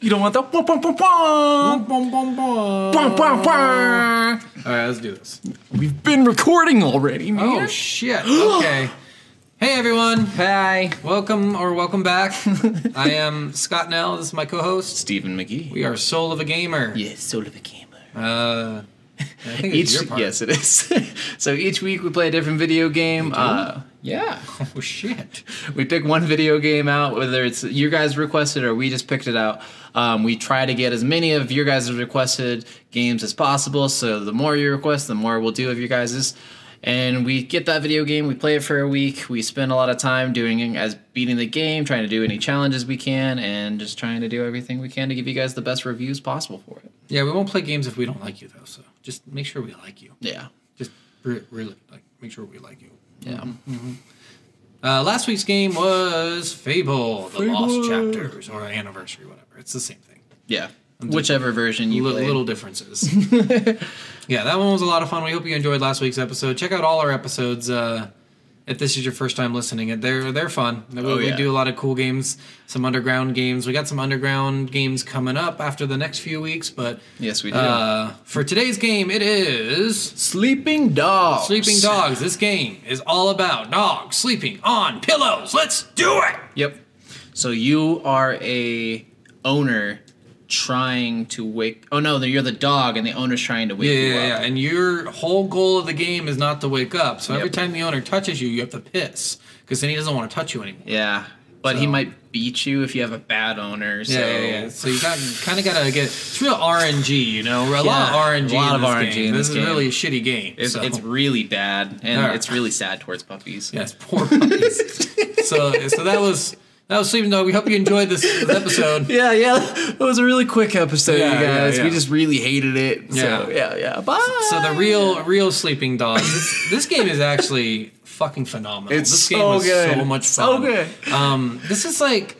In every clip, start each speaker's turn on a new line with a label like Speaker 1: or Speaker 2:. Speaker 1: You don't want the pom pom pom pom
Speaker 2: Bum, bum, bum.
Speaker 1: pom pom pom.
Speaker 2: All right, let's do this.
Speaker 1: We've been recording already, man.
Speaker 2: Oh shit. Okay. hey everyone.
Speaker 1: Hi,
Speaker 2: Welcome or welcome back. I am Scott Nell. This is my co-host.
Speaker 1: Stephen McGee.
Speaker 2: We are Soul of a Gamer.
Speaker 1: yes, Soul of a Gamer.
Speaker 2: Uh, I think it's
Speaker 1: Each
Speaker 2: your part.
Speaker 1: yes, it is. so each week we play a different video game. Uh, yeah,
Speaker 2: Oh shit.
Speaker 1: we pick one video game out, whether it's you guys requested or we just picked it out. Um, we try to get as many of your guys' requested games as possible. So the more you request, the more we'll do of your guys's. And we get that video game, we play it for a week. We spend a lot of time doing as beating the game, trying to do any challenges we can, and just trying to do everything we can to give you guys the best reviews possible for it.
Speaker 2: Yeah, we won't play games if we don't like you though. So just make sure we like you.
Speaker 1: Yeah,
Speaker 2: Just re- really like make sure we like you.
Speaker 1: yeah.
Speaker 2: Uh, last week's game was Fable: The Lost
Speaker 1: Fable.
Speaker 2: Chapters or Anniversary, whatever. It's the same thing.
Speaker 1: Yeah. Whichever version you
Speaker 2: Li-
Speaker 1: play.
Speaker 2: little differences. yeah, that one was a lot of fun. We hope you enjoyed last week's episode. Check out all our episodes. Uh, if this is your first time listening, they're they're fun. We,
Speaker 1: Oh,
Speaker 2: we
Speaker 1: yeah.
Speaker 2: do a lot of cool games, some underground games. We got some underground games coming up after the next few weeks, but
Speaker 1: Yes, we do.
Speaker 2: uh, for today's game, it is
Speaker 1: sleeping dogs.
Speaker 2: sleeping dogs. This game is all about dogs sleeping on pillows. Let's do it.
Speaker 1: Yep. So you are a owner trying to wake. Oh no, you're the dog, and the owner's trying to wake
Speaker 2: Yeah,
Speaker 1: you
Speaker 2: yeah, yeah.
Speaker 1: up.
Speaker 2: And your whole goal of the game is not to wake up. So every
Speaker 1: Yep.
Speaker 2: time the owner touches you, you have to piss because then he doesn't want to touch you anymore.
Speaker 1: Yeah. But he
Speaker 2: So-
Speaker 1: might beat you if you have a bad owner. So.
Speaker 2: Yeah, yeah, yeah. So you got kind of got to get it's real RNG, you know, a lot of
Speaker 1: Yeah,
Speaker 2: RNG.
Speaker 1: a lot
Speaker 2: in
Speaker 1: of
Speaker 2: this
Speaker 1: RNG
Speaker 2: Game.
Speaker 1: in
Speaker 2: this
Speaker 1: this
Speaker 2: is really a
Speaker 1: game.
Speaker 2: shitty game.
Speaker 1: It's,
Speaker 2: so.
Speaker 1: it's really bad, and
Speaker 2: Alright.
Speaker 1: it's really sad towards puppies.
Speaker 2: yes, poor puppies. so so that was that was sleeping dog. We hope you enjoyed this, this episode.
Speaker 1: Yeah, yeah. That was a really quick episode,
Speaker 2: Yeah,
Speaker 1: you guys.
Speaker 2: yeah,
Speaker 1: We
Speaker 2: yeah.
Speaker 1: just really hated it. So, yeah,
Speaker 2: Yeah.
Speaker 1: yeah. Bye.
Speaker 2: So the real real sleeping dog. This, this game is actually fucking phenomenal.
Speaker 1: It's
Speaker 2: this game
Speaker 1: so
Speaker 2: was so
Speaker 1: good.
Speaker 2: much
Speaker 1: So
Speaker 2: fun.
Speaker 1: good.
Speaker 2: Um, this is like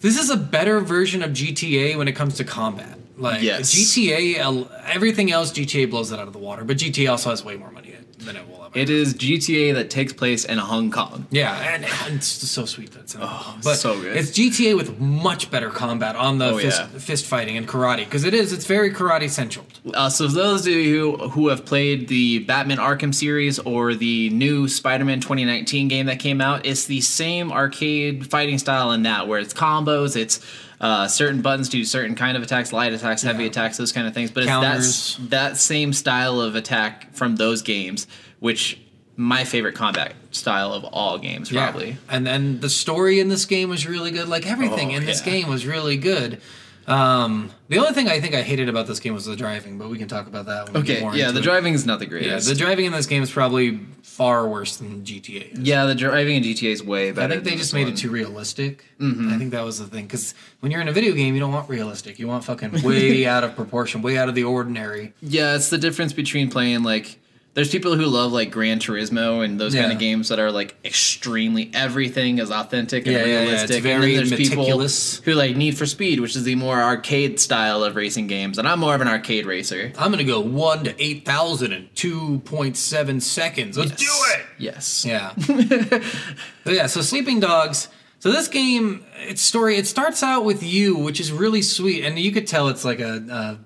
Speaker 2: this is a better version of GTA when it comes to combat. Like
Speaker 1: Yes.
Speaker 2: GTA, el- everything else GTA blows it out of the water, but GTA also has way more money than it will ever.
Speaker 1: It is GTA that takes place in Hong Kong.
Speaker 2: yeah, and, and it's so sweet that's oh, but
Speaker 1: so good.
Speaker 2: It's GTA with much better combat on the
Speaker 1: Oh,
Speaker 2: fist,
Speaker 1: yeah.
Speaker 2: fist fighting and karate because it is. It's very karate central.
Speaker 1: Uh, so, for those of you who have played the Batman Arkham series or the new Spider Man 2019 game that came out, it's the same arcade fighting style in that, where it's combos, it's uh, certain buttons do certain kind of attacks, light attacks, heavy
Speaker 2: Yeah.
Speaker 1: attacks, those kind of things. But it's
Speaker 2: Counters.
Speaker 1: that, s- that same style of attack from those games, which my favorite combat style of all games, probably.
Speaker 2: And then the story in this game was really good. Like everything
Speaker 1: Oh,
Speaker 2: in this
Speaker 1: yeah.
Speaker 2: game was really good. Um, the only thing I think I hated about this game was the driving, but we can talk about that. When we get
Speaker 1: Okay,
Speaker 2: more
Speaker 1: yeah,
Speaker 2: into
Speaker 1: the
Speaker 2: it.
Speaker 1: driving is not the
Speaker 2: Yeah,
Speaker 1: greatest.
Speaker 2: the driving in this game is probably far worse than GTA.
Speaker 1: Yeah, the driving in GTA is way better.
Speaker 2: I think they
Speaker 1: than
Speaker 2: just
Speaker 1: this
Speaker 2: made
Speaker 1: one. Mm-hmm.
Speaker 2: it too realistic. I think that was the thing. Because when you're in a video game, you don't want realistic. You want fucking way out of proportion, way out of the ordinary.
Speaker 1: Yeah, it's the difference between playing like there's people who love like Gran Turismo and those kind
Speaker 2: Yeah.
Speaker 1: of games that are like extremely everything is authentic and
Speaker 2: Yeah, yeah, yeah, it's
Speaker 1: realistic.
Speaker 2: very
Speaker 1: and then there's
Speaker 2: meticulous.
Speaker 1: people who like Need for Speed, which is the more arcade style of racing games, and I'm more of an arcade racer.
Speaker 2: I'm going to go 1 to 8,000 in 2.7 seconds. Let's do it!
Speaker 1: Yes.
Speaker 2: Yeah. But yeah, so Sleeping Dogs. So this game, its story, it starts out with you, which is really sweet, and you could tell it's like a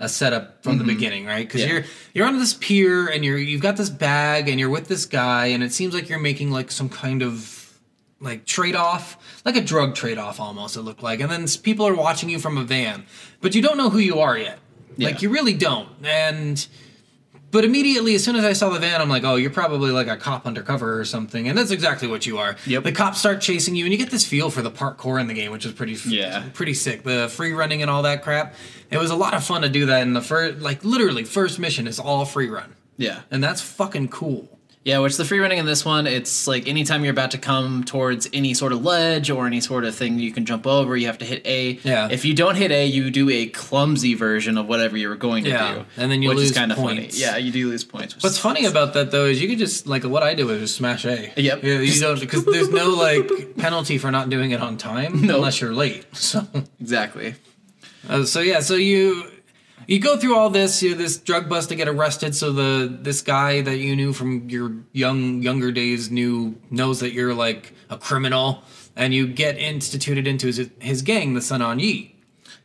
Speaker 2: a, a setup from the beginning, right? Because
Speaker 1: Mm-hmm. Yeah.
Speaker 2: you're you're on this pier, and you're you've got this bag, and you're with this guy, and it seems like you're making like some kind of like trade off, like a drug trade off almost. It looked like, and then s- people are watching you from a van, but you don't know who you are yet. Like
Speaker 1: Yeah.
Speaker 2: you really don't, and but immediately, as soon as I saw the van, I'm like, oh, you're probably like a cop undercover or something. And that's exactly what you are.
Speaker 1: Yep.
Speaker 2: The cops start chasing you, and you get this feel for the parkour in the game, which is pretty, f-
Speaker 1: Yeah.
Speaker 2: pretty sick. The free running and all that crap. It was a lot of fun to do that. And the first, like, literally, first mission is all free run.
Speaker 1: Yeah.
Speaker 2: And that's fucking cool.
Speaker 1: Yeah, which the free running in this one, it's like anytime you're about to come towards any sort of ledge or any sort of thing you can jump over, you have to hit A.
Speaker 2: Yeah.
Speaker 1: If you don't hit A, you do a clumsy version of whatever you were going to
Speaker 2: Yeah,
Speaker 1: do.
Speaker 2: and then you
Speaker 1: which
Speaker 2: lose
Speaker 1: is kind of funny.
Speaker 2: points.
Speaker 1: Yeah, you do lose points. which
Speaker 2: What's
Speaker 1: is-
Speaker 2: funny about that though is you could just like what I do is just smash A.
Speaker 1: Yep.
Speaker 2: Yeah, you don't because there's no like penalty for not doing it on time
Speaker 1: No.
Speaker 2: unless you're late. So
Speaker 1: Exactly.
Speaker 2: Uh, so yeah, so you you go through all this, you this drug bust to get arrested. So the this guy that you knew from your young younger days knew knows that you're like a criminal, and you get instituted into his, his gang, the Sun On Yi.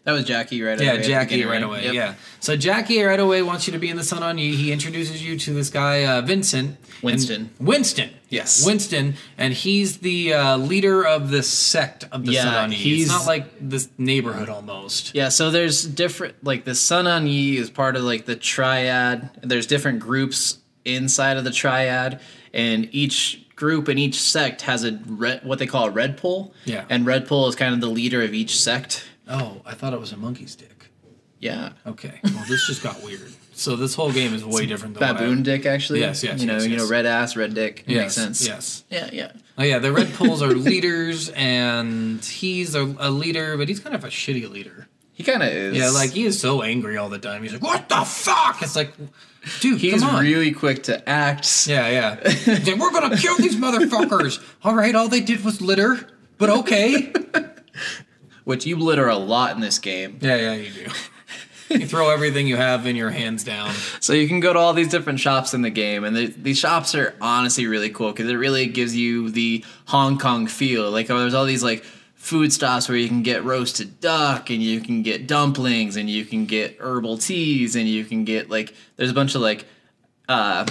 Speaker 1: That was Jackie right
Speaker 2: Yeah,
Speaker 1: away. at the
Speaker 2: Jackie
Speaker 1: beginning,
Speaker 2: right away.
Speaker 1: Yep.
Speaker 2: Yeah. So Jackie right away wants you to be in the sun on you. He introduces you to this guy uh, Vincent. and-
Speaker 1: Winston.
Speaker 2: Winston.
Speaker 1: Yes.
Speaker 2: Winston, and he's the uh, leader of the sect of the
Speaker 1: Yeah,
Speaker 2: sun on you.
Speaker 1: he's-
Speaker 2: It's not like this neighborhood almost.
Speaker 1: Yeah, so there's different like the Sun On Yi is part of like the triad. There's different groups inside of the triad, and each group and each sect has a red, what they call a red pole.
Speaker 2: Yeah.
Speaker 1: and red pole is kind of the leader of each sect.
Speaker 2: Oh, I thought it was a monkey's dick.
Speaker 1: Yeah,
Speaker 2: Okay. Well, this just got weird. So this whole game is way different than what I-
Speaker 1: baboon dick actually.
Speaker 2: Yes, yes,
Speaker 1: You know,
Speaker 2: yes,
Speaker 1: you know,
Speaker 2: yes.
Speaker 1: red ass, red dick. It
Speaker 2: Yes,
Speaker 1: Makes sense.
Speaker 2: Yes.
Speaker 1: Yeah, yeah.
Speaker 2: Oh yeah, the Red Poles are leaders, and he's a, a leader, but he's kind of a shitty leader.
Speaker 1: He kind of is.
Speaker 2: Yeah, like he is so angry all the time. He's like, "What the fuck?" It's like, dude,
Speaker 1: he's
Speaker 2: come on.
Speaker 1: really quick to act.
Speaker 2: yeah, yeah. He's like, We're gonna kill these motherfuckers. all right, all they did was litter, but okay.
Speaker 1: Which you litter a lot in this game.
Speaker 2: yeah, yeah, you do. You throw everything you have in your hands down.
Speaker 1: So you can go to all these different shops in the game, and the, these shops are honestly really cool because it really gives you the Hong Kong feel. Like oh, there's all these like food stops where you can get roasted duck, and you can get dumplings, and you can get herbal teas, and you can get like there's a bunch of like uh,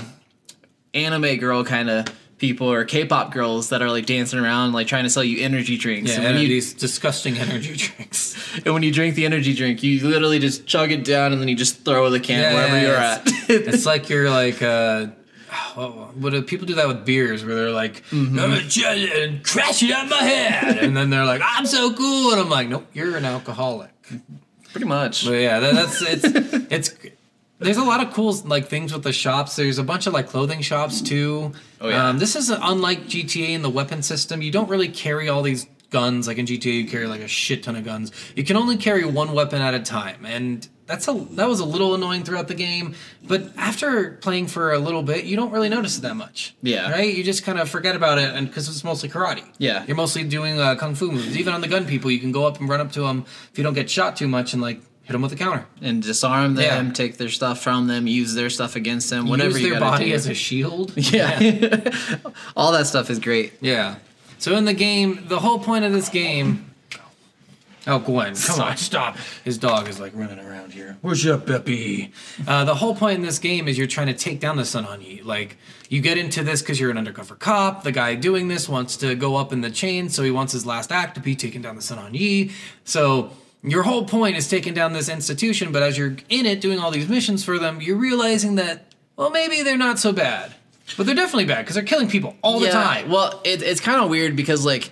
Speaker 1: anime girl kind of people or K-pop girls that are like dancing around, like trying to sell you energy drinks.
Speaker 2: Yeah,
Speaker 1: and
Speaker 2: and
Speaker 1: when you
Speaker 2: these disgusting energy drinks.
Speaker 1: and when you drink the energy drink, you literally just chug it down, and then you just throw the can
Speaker 2: Yeah,
Speaker 1: wherever
Speaker 2: yeah,
Speaker 1: you're
Speaker 2: yeah.
Speaker 1: at.
Speaker 2: It's like you're like, uh, what, what do people do that with beers where they're like,
Speaker 1: Mm-hmm.
Speaker 2: I'm gonna judge it and crash it on my head, and then they're like, I'm so cool, and I'm like, nope, you're an alcoholic.
Speaker 1: Pretty much.
Speaker 2: But yeah, that, that's it's it's. There's a lot of cool like things with the shops. There's a bunch of like clothing shops too.
Speaker 1: Oh, yeah.
Speaker 2: Um, this is unlike GTA in the weapon system. You don't really carry all these guns like in GTA. You carry like a shit ton of guns. You can only carry one weapon at a time, and that's a that was a little annoying throughout the game. But after playing for a little bit, you don't really notice it that much.
Speaker 1: Yeah.
Speaker 2: Right. You just kind of forget about it, and because it's mostly karate.
Speaker 1: Yeah.
Speaker 2: You're mostly doing uh, kung fu moves. Even on the gun people, you can go up and run up to them if you don't get shot too much and like hit them with the counter.
Speaker 1: and disarm
Speaker 2: Yeah.
Speaker 1: them, take their stuff from them, use their stuff against them, whatever
Speaker 2: Use
Speaker 1: you
Speaker 2: their
Speaker 1: gotta
Speaker 2: body
Speaker 1: do.
Speaker 2: as a shield.
Speaker 1: yeah, all that stuff is great.
Speaker 2: Yeah. So in the game, the whole point of this game. Oh, Gwen, come on, stop. His dog is like running around here. Where's your puppy? Uh, the whole point in this game is you're trying to take down the Sun on you. Like, you get into this because you're an undercover cop. The guy doing this wants to go up in the chain, so he wants his last act to be taking down the Sun on Yi. So, your whole point is taking down this institution, but as you're in it doing all these missions for them, you're realizing that, well, maybe they're not so bad. But they're definitely bad because they're killing people all the time.
Speaker 1: Well, it, it's kind of weird because like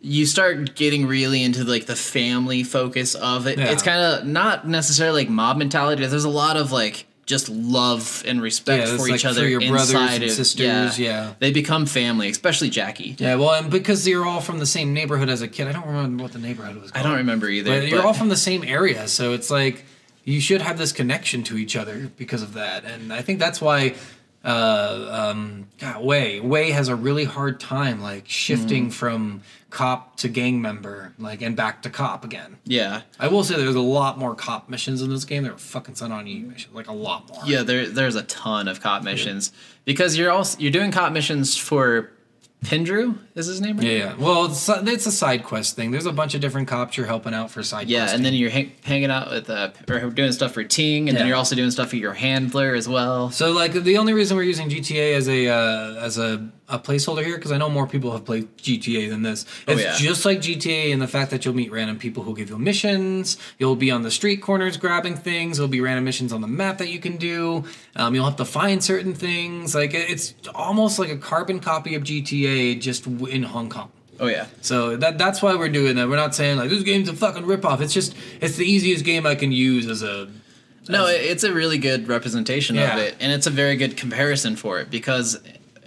Speaker 1: you start getting really into like the family focus of it.
Speaker 2: Yeah.
Speaker 1: It's kind of not necessarily like mob mentality. There's a lot of like just love and respect
Speaker 2: Yeah, it's
Speaker 1: for
Speaker 2: like
Speaker 1: each
Speaker 2: for
Speaker 1: other
Speaker 2: your brothers
Speaker 1: inside
Speaker 2: and
Speaker 1: of-
Speaker 2: sisters, yeah.
Speaker 1: they become family, especially Jackie.
Speaker 2: Yeah, well, and because you're all from the same neighborhood as a kid, I don't remember what the neighborhood was
Speaker 1: I
Speaker 2: called.
Speaker 1: don't remember either.
Speaker 2: But you're
Speaker 1: but-
Speaker 2: all from the same area, so it's like you should have this connection to each other because of that. And I think that's why uh um God, Way Way has a really hard time like shifting
Speaker 1: Mm.
Speaker 2: from cop to gang member, like and back to cop again.
Speaker 1: yeah.
Speaker 2: I will say there's a lot more cop missions in this game. There were fucking son on you missions, like a lot more.
Speaker 1: Yeah, there, there's a ton of cop missions because you're also you're doing cop missions for Pindru is his name. Right?
Speaker 2: Yeah, yeah. Well, it's, it's a side quest thing. There's a bunch of different cops you're helping out for side
Speaker 1: Yeah,
Speaker 2: questing.
Speaker 1: and then you're hang, hanging out with uh, or doing stuff for Ting, and then
Speaker 2: Yeah.
Speaker 1: you're also doing stuff for your handler as well.
Speaker 2: So like the only reason we're using GTA as a uh, as a, a placeholder here because I know more people have played GTA than this. It's
Speaker 1: yeah.
Speaker 2: just like GTA in the fact that you'll meet random people who give you missions. You'll be on the street corners grabbing things. There'll be random missions on the map that you can do. Um, you'll have to find certain things. Like it- it's almost like a carbon copy of GTA just w- in Hong Kong.
Speaker 1: Oh yeah,
Speaker 2: So that that's why we're doing that. We're not saying like this game's a fucking ripoff. It's just it's the easiest game I can use as a
Speaker 1: no, it, it's a really good representation
Speaker 2: Yeah.
Speaker 1: of it, and it's a very good comparison for it because,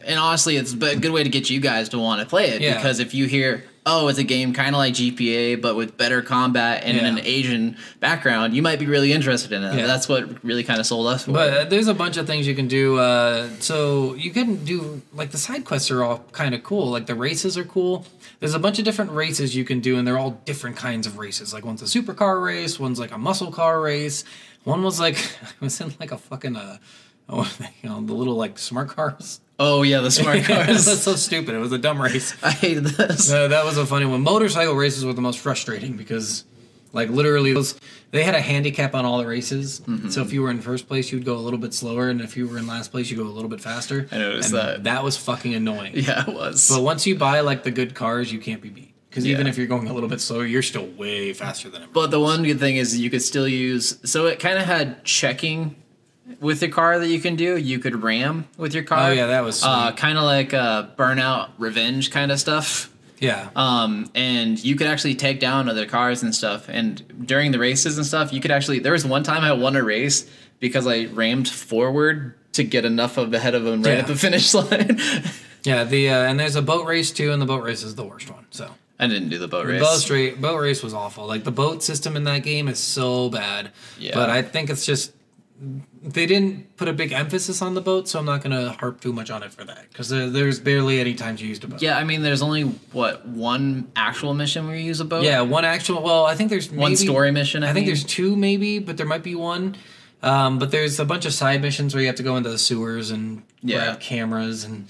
Speaker 1: and honestly, it's a good way to get you guys to want to play it
Speaker 2: Yeah.
Speaker 1: because if you hear. Oh, it's a game kind of like GPA, but with better combat and
Speaker 2: Yeah.
Speaker 1: an Asian background. You might be really interested in it.
Speaker 2: Yeah.
Speaker 1: That's what really kind of sold us for.
Speaker 2: But
Speaker 1: it.
Speaker 2: uh, there's a bunch of things you can do. Uh, so you can do like the side quests are all kind of cool. Like the races are cool. There's a bunch of different races you can do, and they're all different kinds of races. Like one's a supercar race, one's like a muscle car race. One was like I was in like a fucking uh, oh, you know, the little like smart cars.
Speaker 1: oh yeah, the smart cars.
Speaker 2: That's so stupid. It was a dumb race.
Speaker 1: I hate this.
Speaker 2: No, that was a funny one. Motorcycle races were the most frustrating because Like literally, those, they had a handicap on all the races.
Speaker 1: Mm-hmm.
Speaker 2: So if you were in first place, you'd go a little bit slower, and if you were in last place, you go a little bit faster.
Speaker 1: I noticed
Speaker 2: and
Speaker 1: that.
Speaker 2: That was fucking annoying.
Speaker 1: Yeah, it was.
Speaker 2: But once you buy like the good cars, you can't be beat because even
Speaker 1: Yeah.
Speaker 2: if you're going a little bit slower, you're still way faster than everyone.
Speaker 1: But the one good thing is you could still use. So it kind of had checking with your car that you can do. You could ram with your car.
Speaker 2: Oh, yeah, that was sweet.
Speaker 1: uh, kind of like uh, burnout revenge kind of stuff.
Speaker 2: Yeah.
Speaker 1: Um, and you could actually take down other cars and stuff. And during the races and stuff, you could actually. There was one time I won a race because I rammed forward to get enough of ahead of him right
Speaker 2: Yeah.
Speaker 1: at the finish line.
Speaker 2: Yeah, the uh, and there's a boat race too, and the boat race is the worst one. So
Speaker 1: I didn't do the boat
Speaker 2: the
Speaker 1: race.
Speaker 2: boat race, boat race was awful. Like the boat system in that game is so bad.
Speaker 1: Yeah.
Speaker 2: But I think it's just they didn't put a big emphasis on the boat, so I'm not gonna harp too much on it for that because there, there's barely any times you used a boat.
Speaker 1: yeah, I mean, there's only what one actual mission where you use a boat.
Speaker 2: Yeah, one actual. Well, I think there's
Speaker 1: one
Speaker 2: maybe-
Speaker 1: story mission. I,
Speaker 2: I think
Speaker 1: mean.
Speaker 2: there's two maybe, but there might be one. Um, but there's a bunch of side missions where you have to go into the sewers and
Speaker 1: Yeah.
Speaker 2: grab cameras and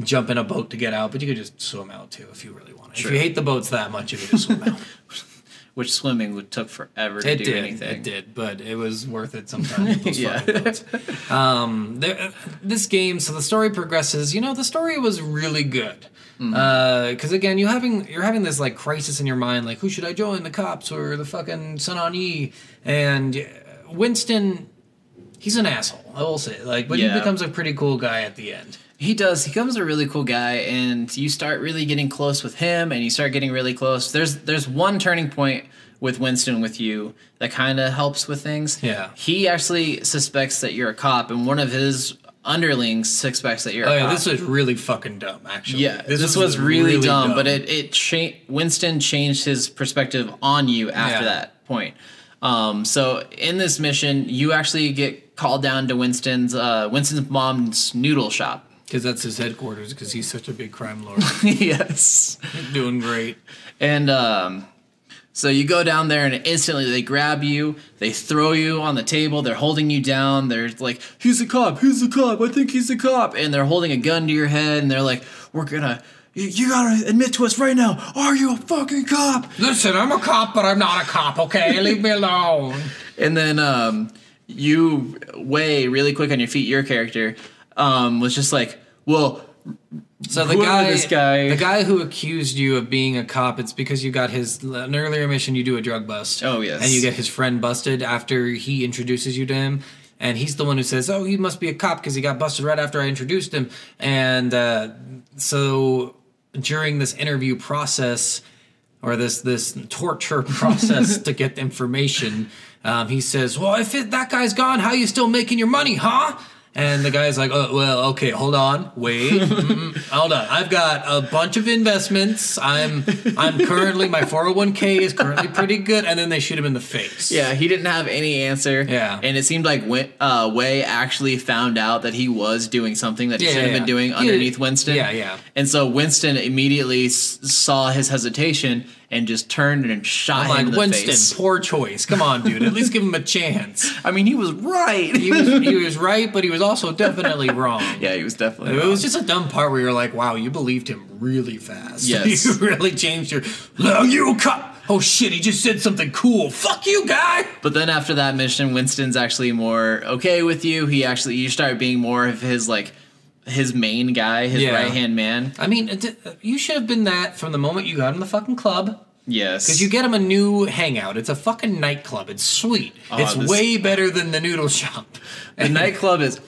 Speaker 2: jump in a boat to get out. But you could just swim out too if you really want. to. If
Speaker 1: Sure.
Speaker 2: you hate the boats that much, you could just swim out.
Speaker 1: which swimming would took forever to
Speaker 2: it
Speaker 1: do
Speaker 2: did,
Speaker 1: anything.
Speaker 2: it did, but it was worth it sometimes. those
Speaker 1: Yeah.
Speaker 2: fucking boats. Um, there, this game, so the story progresses. You know, the story was really good.
Speaker 1: Mm-hmm.
Speaker 2: Because again, you having you're having this like crisis in your mind, like who should I join, the cops or the fucking Sanani? And uh, Winston, he's an asshole. I will say, like, but
Speaker 1: Yeah.
Speaker 2: he becomes a pretty cool guy at the end.
Speaker 1: He does. He becomes a really cool guy, and you start really getting close with him, and you start getting really close. There's there's one turning point with Winston with you that kind of helps with things.
Speaker 2: Yeah.
Speaker 1: he actually suspects that you're a cop, and one of his underlings suspects that you're.
Speaker 2: Oh
Speaker 1: a
Speaker 2: yeah,
Speaker 1: cop.
Speaker 2: this was really fucking dumb, actually.
Speaker 1: Yeah, this, was, really, dumb, but it it cha- Winston changed his perspective on you after
Speaker 2: Yeah.
Speaker 1: that point. Um, so in this mission, you actually get called down to Winston's uh, Winston's mom's noodle shop.
Speaker 2: because that's his headquarters. Because he's such a big crime lord,
Speaker 1: yes,
Speaker 2: doing great.
Speaker 1: and um, so you go down there, and instantly they grab you, they throw you on the table, they're holding you down. They're like, "He's a cop! He's a cop! I think he's a cop!" And they're holding a gun to your head, and they're like, "We're gonna." You you gotta admit to us right now. Are you a fucking cop?
Speaker 2: Listen, I'm a cop, but I'm not a cop, okay? Leave me alone.
Speaker 1: And then um, you way really quick on your feet. Your character um, was just like, well,
Speaker 2: So the
Speaker 1: Whoever
Speaker 2: guy,
Speaker 1: this guy-
Speaker 2: the guy who accused you of being a cop, it's because you got his an earlier mission. You do a drug bust.
Speaker 1: Oh, yes.
Speaker 2: and you get his friend busted after he introduces you to him, and he's the one who says, "Oh, he must be a cop because he got busted right after I introduced him." And uh, so during this interview process, or this this torture process to get information. Um, he says, "Well, if it, that guy's gone, how you still making your money, huh?" And the guy's like, "Oh, well, okay, hold on, wait, mm, hold on. I've got a bunch of investments. I'm I'm currently my 401k is currently pretty good." And then they shoot him in the face.
Speaker 1: yeah, he didn't have any answer.
Speaker 2: Yeah.
Speaker 1: And it seemed like Win- uh, Way actually found out that he was doing something that he
Speaker 2: Yeah,
Speaker 1: shouldn't
Speaker 2: yeah,
Speaker 1: have been
Speaker 2: yeah.
Speaker 1: doing
Speaker 2: Yeah.
Speaker 1: underneath Winston.
Speaker 2: Yeah, yeah.
Speaker 1: And so Winston immediately s- saw his hesitation and just turned and shot
Speaker 2: I'm
Speaker 1: him in
Speaker 2: like
Speaker 1: the
Speaker 2: Winston,
Speaker 1: face.
Speaker 2: poor choice. Come on, dude. At least give him a chance.
Speaker 1: I mean, he was right.
Speaker 2: He was he was right, but he was also definitely wrong.
Speaker 1: yeah, he was definitely.
Speaker 2: It
Speaker 1: wrong.
Speaker 2: was just a dumb part where you're like, wow, you believed him really fast.
Speaker 1: Yes.
Speaker 2: you really changed your. No, you a cop. Oh shit, he just said something cool. Fuck you, guy.
Speaker 1: But then after that mission, Winston's actually more okay with you. He actually you start being more of his like his main guy, his
Speaker 2: Yeah.
Speaker 1: right hand man.
Speaker 2: I mean, it- you should have been that from the moment you got him the fucking club.
Speaker 1: Yes.
Speaker 2: Because you get him a new hangout. It's a fucking nightclub. It's sweet. it's
Speaker 1: this-
Speaker 2: way better than the noodle shop.
Speaker 1: the nightclub is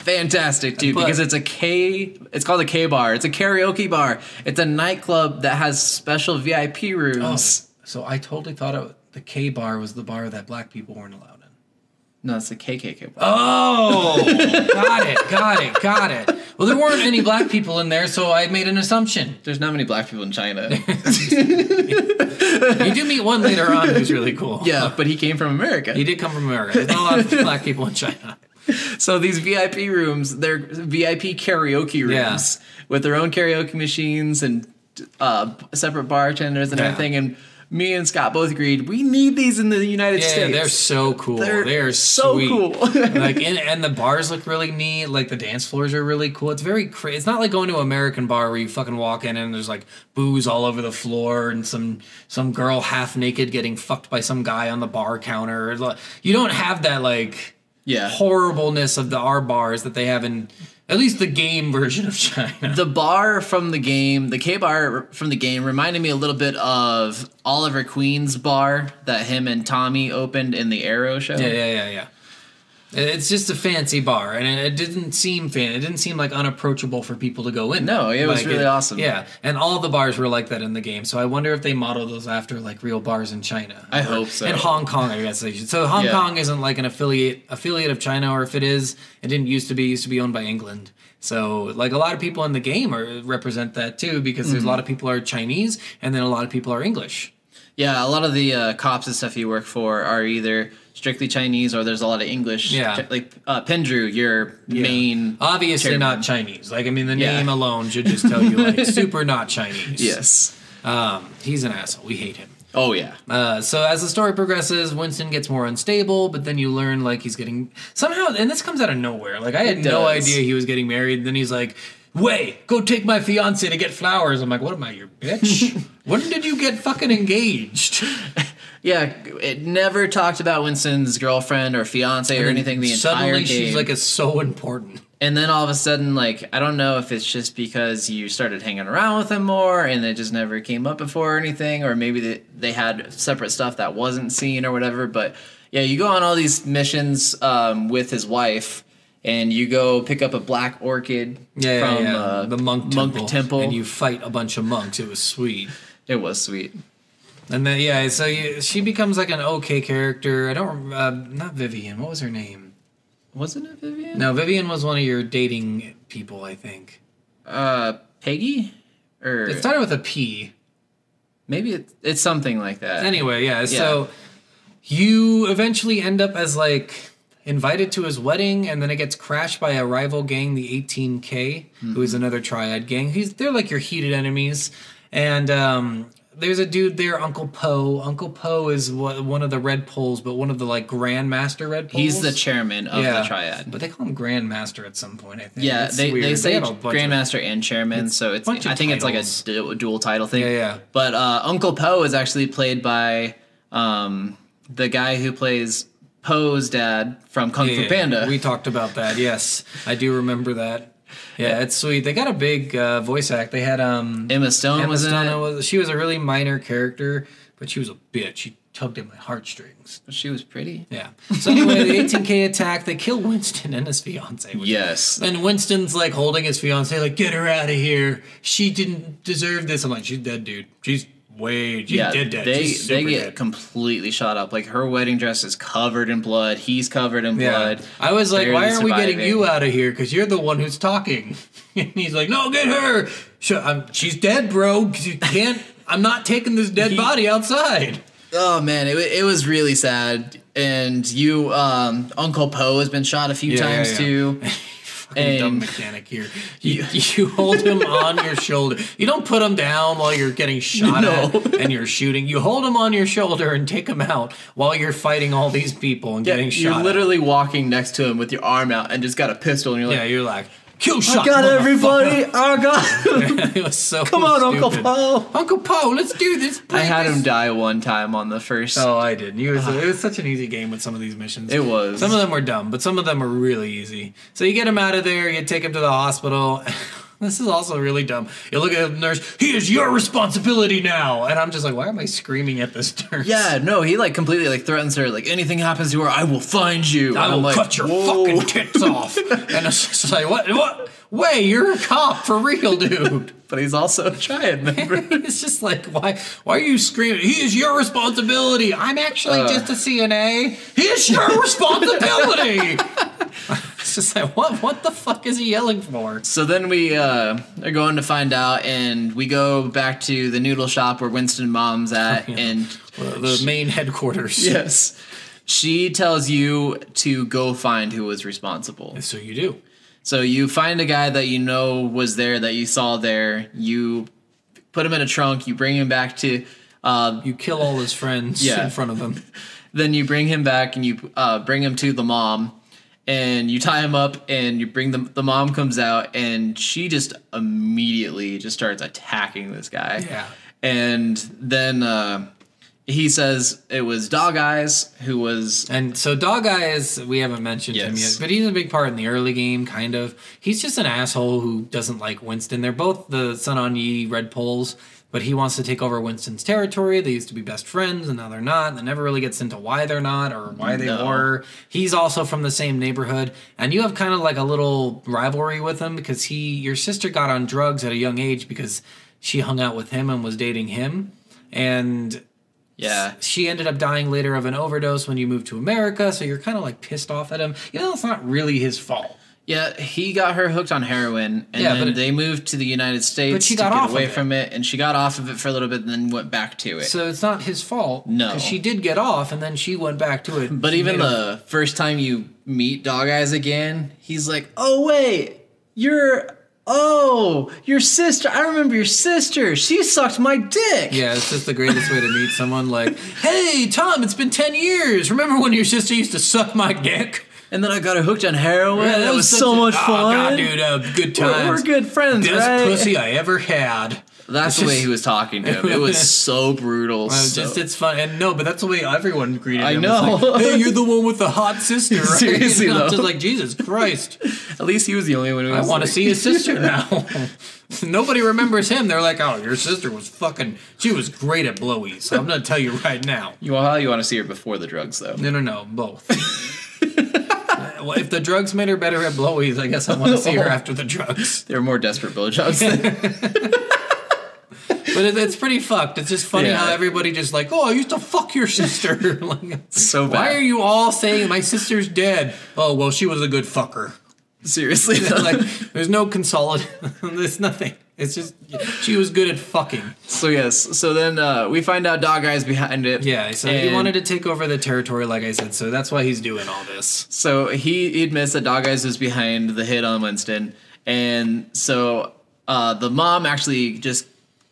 Speaker 1: fantastic too
Speaker 2: But-
Speaker 1: because it's a K it's called a K bar. It's a karaoke bar. It's a nightclub that has special VIP rooms.
Speaker 2: So I totally thought it, the K bar was the bar that black people weren't allowed in.
Speaker 1: No, it's a KKK bar.
Speaker 2: Oh, got it, got it, got it. Well, there weren't any black people in there, so I made an assumption.
Speaker 1: There's not many black people in China.
Speaker 2: You do meet one later on who's really cool.
Speaker 1: yeah, but he came from America.
Speaker 2: He did come from America. There's not a lot of black people in China.
Speaker 1: So these VIP rooms, they're VIP karaoke
Speaker 2: Yeah.
Speaker 1: rooms with their own karaoke machines and uh, separate bartenders and
Speaker 2: Yeah.
Speaker 1: everything. And me and Scott both agreed we need these in the United
Speaker 2: Yeah,
Speaker 1: States.
Speaker 2: they're so cool.
Speaker 1: They're
Speaker 2: They're,
Speaker 1: so
Speaker 2: sweet.
Speaker 1: cool.
Speaker 2: like and, and the bars look really neat. Like the dance floors are really cool. It's very cra- it's not like going to an American bar where you fucking walk in and there's like booze all over the floor and some some girl half naked getting fucked by some guy on the bar counter. It's like- You don't have that like
Speaker 1: Yeah.
Speaker 2: horribleness of the our bars that they have in at least the game version of China.
Speaker 1: the bar from the game, the K bar from the game, reminded me a little bit of Oliver Queen's bar that him and Tommy opened in the Arrow show.
Speaker 2: Yeah, yeah, yeah, yeah. It's just a fancy bar, and it it didn't seem fan. It didn't seem like unapproachable for people to go in.
Speaker 1: No, it was
Speaker 2: Like,
Speaker 1: really awesome.
Speaker 2: Yeah, and all the bars were like that in the game. So I wonder if they model those after like real bars in China.
Speaker 1: I hope so.
Speaker 2: And Hong Kong, I guess they should. So Hong
Speaker 1: Yeah.
Speaker 2: Kong isn't like an affiliate affiliate of China, or if it is, it didn't used to be. It used to be owned by England. So like a lot of people in the game are represent that too, because
Speaker 1: Mm-hmm.
Speaker 2: there's a lot of people are Chinese, and then a lot of people are English.
Speaker 1: Yeah, a lot of the uh, cops and stuff you work for are either strictly Chinese or there's a lot of English.
Speaker 2: Yeah. Uh,
Speaker 1: Like uh, Pendrew, your main.
Speaker 2: obviously
Speaker 1: chairman.
Speaker 2: not Chinese. Like I mean, the
Speaker 1: Yeah.
Speaker 2: name alone should just tell you like super not Chinese.
Speaker 1: Yes.
Speaker 2: um, he's an asshole. We hate him.
Speaker 1: Oh, yeah.
Speaker 2: Uh, so as the story progresses, Winston gets more unstable, but then you learn like he's getting somehow, and this comes out of nowhere. Like I had no
Speaker 1: does.
Speaker 2: idea he was getting married. And then he's like, "Way, go take my fiance to get flowers." I'm like, "What am I, your bitch? when did you get fucking engaged?"
Speaker 1: Yeah, it never talked about Winston's girlfriend or fiance or anything the entire
Speaker 2: Suddenly,
Speaker 1: game.
Speaker 2: she's like, "It's so important."
Speaker 1: and then all of a sudden, like I don't know if it's just because you started hanging around with him more, and it just never came up before or anything, or maybe they, they had separate stuff that wasn't seen or whatever. But yeah, you go on all these missions um, with his wife, and you go pick up a black orchid
Speaker 2: Yeah, yeah,
Speaker 1: from
Speaker 2: yeah.
Speaker 1: Uh,
Speaker 2: the monk
Speaker 1: monk
Speaker 2: temple,
Speaker 1: temple.
Speaker 2: and you fight a bunch of monks. It was sweet.
Speaker 1: It was sweet.
Speaker 2: And then yeah, so you, she becomes like an okay character. I don't rem- uh, not Vivian. What was her name?
Speaker 1: Wasn't it Vivian?
Speaker 2: No, Vivian was one of your dating people, I think.
Speaker 1: Uh, Peggy, or
Speaker 2: It started with a P.
Speaker 1: maybe it, it's something like that.
Speaker 2: Anyway, yeah. So you eventually end up as like invited to his wedding, and then it gets crashed by a rival gang, the 18K, who is
Speaker 1: Mm-hmm.
Speaker 2: another triad gang. He's they're like your heated enemies, and um, there's a dude there, Uncle Poe. Uncle Poe is wha- one of the red poles, but one of the like grandmaster red poles.
Speaker 1: He's the chairman of the triad.
Speaker 2: but they call him grandmaster at some point. I think.
Speaker 1: Yeah,
Speaker 2: It's
Speaker 1: they,
Speaker 2: weird.
Speaker 1: they say
Speaker 2: have a bunch of-
Speaker 1: grandmaster and chairman, so it's
Speaker 2: bunch of
Speaker 1: I think it's
Speaker 2: titles.
Speaker 1: like a du- dual title thing.
Speaker 2: Yeah, yeah.
Speaker 1: But uh, Uncle Poe is actually played by um, the guy who plays Poe's dad from Kung
Speaker 2: Yeah,
Speaker 1: Fu Panda.
Speaker 2: We talked about that. Yes, I do remember that. Yeah, it's sweet. They got a big uh, voice act. They had um
Speaker 1: Emma Stone
Speaker 2: Emma
Speaker 1: was in
Speaker 2: Stone
Speaker 1: it.
Speaker 2: was- she was a really minor character, but she was a bitch. She tugged at my heartstrings.
Speaker 1: she was pretty.
Speaker 2: Yeah. So anyway, the 18K attack. They kill Winston and his fiance. which-
Speaker 1: Yes.
Speaker 2: And Winston's like holding his fiance, like get her out of here. She didn't deserve this. I'm like, she's dead, dude. She's way, she's
Speaker 1: Yeah,
Speaker 2: dead, dead.
Speaker 1: they
Speaker 2: She's
Speaker 1: they
Speaker 2: super
Speaker 1: get
Speaker 2: dead.
Speaker 1: completely shot up. Like her wedding dress is covered in blood. He's covered in blood.
Speaker 2: I was like,
Speaker 1: Barely
Speaker 2: why aren't we getting
Speaker 1: surviving.
Speaker 2: you out of here? Because you're the one who's talking. and he's like, no, get her. Sh- I'm, she's dead, bro. 'cause You can't. I'm not taking this dead body outside.
Speaker 1: Oh man, it, wa- it was really sad. And you, um, Uncle Poe has been shot a few
Speaker 2: Yeah, yeah,
Speaker 1: times
Speaker 2: yeah.
Speaker 1: too.
Speaker 2: Fucking dumb
Speaker 1: And-
Speaker 2: mechanic here. You, you hold him on your shoulder. You don't put him down while you're getting shot
Speaker 1: No.
Speaker 2: at and you're shooting. You hold him on your shoulder and take him out while you're fighting all these people and getting shot.
Speaker 1: You're
Speaker 2: at.
Speaker 1: literally walking next to him with your arm out and just got a pistol, and you're
Speaker 2: yeah,
Speaker 1: like,
Speaker 2: you're like kill
Speaker 1: "I
Speaker 2: shot.
Speaker 1: got
Speaker 2: motherfucker."
Speaker 1: everybody! I got."
Speaker 2: it was so
Speaker 1: Come on, Uncle
Speaker 2: stupid.
Speaker 1: Poe.
Speaker 2: Uncle Poe, let's do this.
Speaker 1: I had
Speaker 2: please.
Speaker 1: him die one time on the first.
Speaker 2: Oh, I didn't. You was, it was such an easy game with some of these missions.
Speaker 1: Ah. It was.
Speaker 2: Some of them were dumb, but some of them were really easy. So you get him out of there. You take him to the hospital. this is also really dumb. You look at the nurse. He is your responsibility now. And I'm just like, why am I screaming at this nurse?
Speaker 1: Yeah, no, he like completely like threatens her. Like anything happens to her, I will find you. And
Speaker 2: I
Speaker 1: I'm
Speaker 2: will
Speaker 1: like,
Speaker 2: cut your
Speaker 1: "Whoa."
Speaker 2: fucking tits off. and it's just like, what? What? Wait, you're a cop for real, dude.
Speaker 1: But he's also a triad member.
Speaker 2: it's just like, why? Why are you screaming? He is your responsibility. I'm actually just a CNA. He is your responsibility. it's just like, what? What the fuck is he yelling for?
Speaker 1: So then we uh, are going to find out, and we go back to the noodle shop where Winston mom's at, and
Speaker 2: The main headquarters.
Speaker 1: yes, she tells you to go find who was responsible.
Speaker 2: So you do.
Speaker 1: So you find a guy that you know was there, that you saw there. You put him in a trunk. You bring him back to Uh,
Speaker 2: You kill all his friends
Speaker 1: Yeah.
Speaker 2: in front of him.
Speaker 1: then you bring him back and you uh, bring him to the mom and you tie him up and you bring the, the mom comes out and she just immediately just starts attacking this guy
Speaker 2: Yeah.
Speaker 1: and then uh, he says it was dog eyes who was
Speaker 2: And so Dog Eyes, we haven't mentioned him
Speaker 1: Yes.
Speaker 2: yet, but he's a big part in the early game, kind of. He's just an asshole who doesn't like Winston. They're both the Sun On Yi Red Poles, but he wants to take over Winston's territory. They used to be best friends, and now they're not. And it never really gets into why they're not or why they
Speaker 1: No.
Speaker 2: were. He's also from the same neighborhood, and you have kind of like a little rivalry with him because he, your sister, got on drugs at a young age because she hung out with him and was dating him. And
Speaker 1: yeah
Speaker 2: she ended up dying later of an overdose when you moved to America, so you're kind of like pissed off at him. You know, it's not really his fault.
Speaker 1: yeah he got her hooked on heroin and
Speaker 2: Yeah,
Speaker 1: then
Speaker 2: but-
Speaker 1: they moved to the united states
Speaker 2: she
Speaker 1: to
Speaker 2: got
Speaker 1: get
Speaker 2: off of
Speaker 1: away
Speaker 2: it.
Speaker 1: from it and she got off of it for a little bit and then went back to it
Speaker 2: So it's not his fault.
Speaker 1: No.
Speaker 2: 'Cause she did get off, and then she went back to it.
Speaker 1: But
Speaker 2: She
Speaker 1: even
Speaker 2: made a-
Speaker 1: the first time you meet Dog Eyes again, he's like, "Oh wait, you're oh your sister. I remember your sister. She sucked my dick."
Speaker 2: yeah, it's just the greatest way to meet someone. Like, hey, Tom, it's been ten years. Remember when your sister used to suck my dick?
Speaker 1: And then I got her hooked on heroin. that, was,
Speaker 2: such
Speaker 1: so
Speaker 2: a-
Speaker 1: much
Speaker 2: oh,
Speaker 1: fun.
Speaker 2: God, dude, uh, good
Speaker 1: We're,
Speaker 2: times.
Speaker 1: we're good friends,
Speaker 2: Best
Speaker 1: right?
Speaker 2: pussy I ever had.
Speaker 1: That's the way he was talking to him. It was so brutal.
Speaker 2: Uh,
Speaker 1: so-
Speaker 2: just it's fun, and no, but that's the way everyone greeted.
Speaker 1: I
Speaker 2: him. It's
Speaker 1: know.
Speaker 2: Like, hey, you're the one with the hot sister, right?
Speaker 1: Seriously,
Speaker 2: And I'm just
Speaker 1: though.
Speaker 2: like Jesus Christ.
Speaker 1: At least he was the only one who
Speaker 2: I
Speaker 1: was
Speaker 2: want to
Speaker 1: like-
Speaker 2: see his sister now. Nobody remembers him. They're like, oh, your sister was fucking. She was great at blowies. I'm gonna tell you right now.
Speaker 1: You well, you want to see her before the drugs though.
Speaker 2: No, no, no, both. Uh, well, if the drugs made her better at blowies, I guess I want to see her after the drugs.
Speaker 1: They were more desperate blowjobs than
Speaker 2: But it, it's pretty fucked. It's just funny
Speaker 1: Yeah.
Speaker 2: how everybody just like, oh, I used to fuck your sister. like,
Speaker 1: so bad.
Speaker 2: why are you all saying my sister's dead? Oh, well, she was a good fucker.
Speaker 1: Seriously, though.
Speaker 2: like, there's no consolid. there's nothing. It's just she was good at fucking.
Speaker 1: So yes, so then uh, we find out Dog Eyes behind it.
Speaker 2: Yeah, so he
Speaker 1: And
Speaker 2: wanted to take over the territory, like I said, so that's why he's doing all this.
Speaker 1: So he admits that Dog Eyes was behind the hit on Winston, and so uh, the mom actually just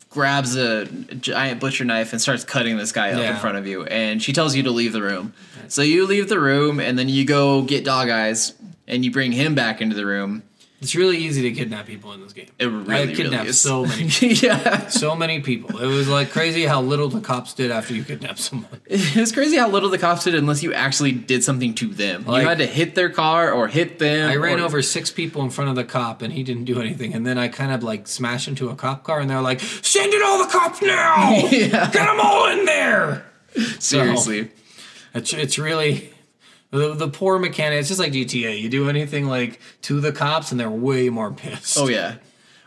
Speaker 1: grabs a giant butcher knife and starts cutting this guy up in
Speaker 2: Yeah.
Speaker 1: front of you, and she tells you to leave the room. So you leave the room, and then you go get Dog Eyes, and you bring him back into the room.
Speaker 2: It's really easy to kidnap people in this game.
Speaker 1: It really,
Speaker 2: I kidnapped
Speaker 1: really is.
Speaker 2: so many,
Speaker 1: yeah,
Speaker 2: so many people. It was like crazy how little the cops did after you kidnapped someone.
Speaker 1: it's crazy how little the cops did unless you actually did something to them.
Speaker 2: Like-
Speaker 1: you had to hit their car or hit them.
Speaker 2: I ran
Speaker 1: or-
Speaker 2: over six people in front of the cop, and he didn't do anything. And then I kind of like smashed into a cop car, and they're like, "Send in all the cops now! Get them all in there!"
Speaker 1: Seriously.
Speaker 2: It's it's really the, the poor mechanic. It's just like GTA. You do anything like to the cops, and they're way more pissed.
Speaker 1: Oh yeah.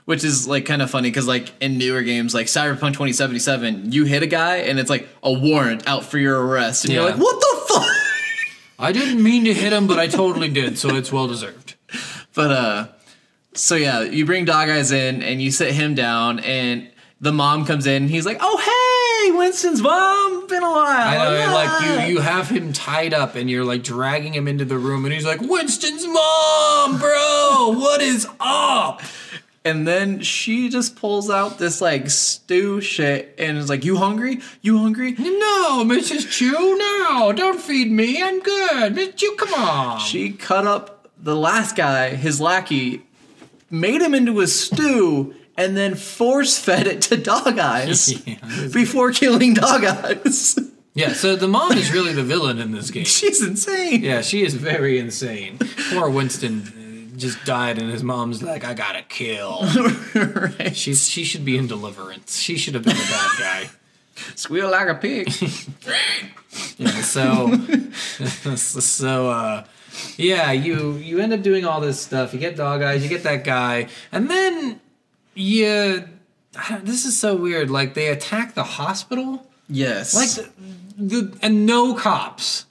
Speaker 1: Which is like kind of funny because like in newer games like Cyberpunk 2077, you hit a guy and it's like a warrant out for your arrest, and you're
Speaker 2: Yeah.
Speaker 1: like, what the fuck?
Speaker 2: I didn't mean to hit him, but I totally did, so it's well deserved.
Speaker 1: But uh, so yeah, you bring Dog Eyes in and you sit him down, and the mom comes in. And he's like, oh hey, Winston's mom, been a while.
Speaker 2: I know,
Speaker 1: Oh, Yeah."
Speaker 2: like you, you have him tied up, and you're like dragging him into the room, and he's like, "Winston's mom, bro, what is up?"
Speaker 1: And then she just pulls out this like stew shit and is like, you hungry? You hungry?
Speaker 2: No, Mrs. Chu, no, don't feed me. I'm good, Mrs. Chu. Come on.
Speaker 1: She cut up the last guy, his lackey, made him into a stew, and then force fed it to Dog Eyes before killing Dog Eyes.
Speaker 2: yeah, so the mom is really the villain in this game.
Speaker 1: She's insane.
Speaker 2: Yeah, she is very insane. Poor Winston uh, just died, and his mom's like, "I gotta kill."
Speaker 1: right.
Speaker 2: She's she should be in Deliverance. She should have been a bad guy.
Speaker 1: Squeal like a pig.
Speaker 2: Yeah, so so uh yeah, you you end up doing all this stuff. You get dog eyes, you get that guy, and then you I don't, this is so weird. Like they attack the hospital,
Speaker 1: yes.
Speaker 2: like the, the and no cops.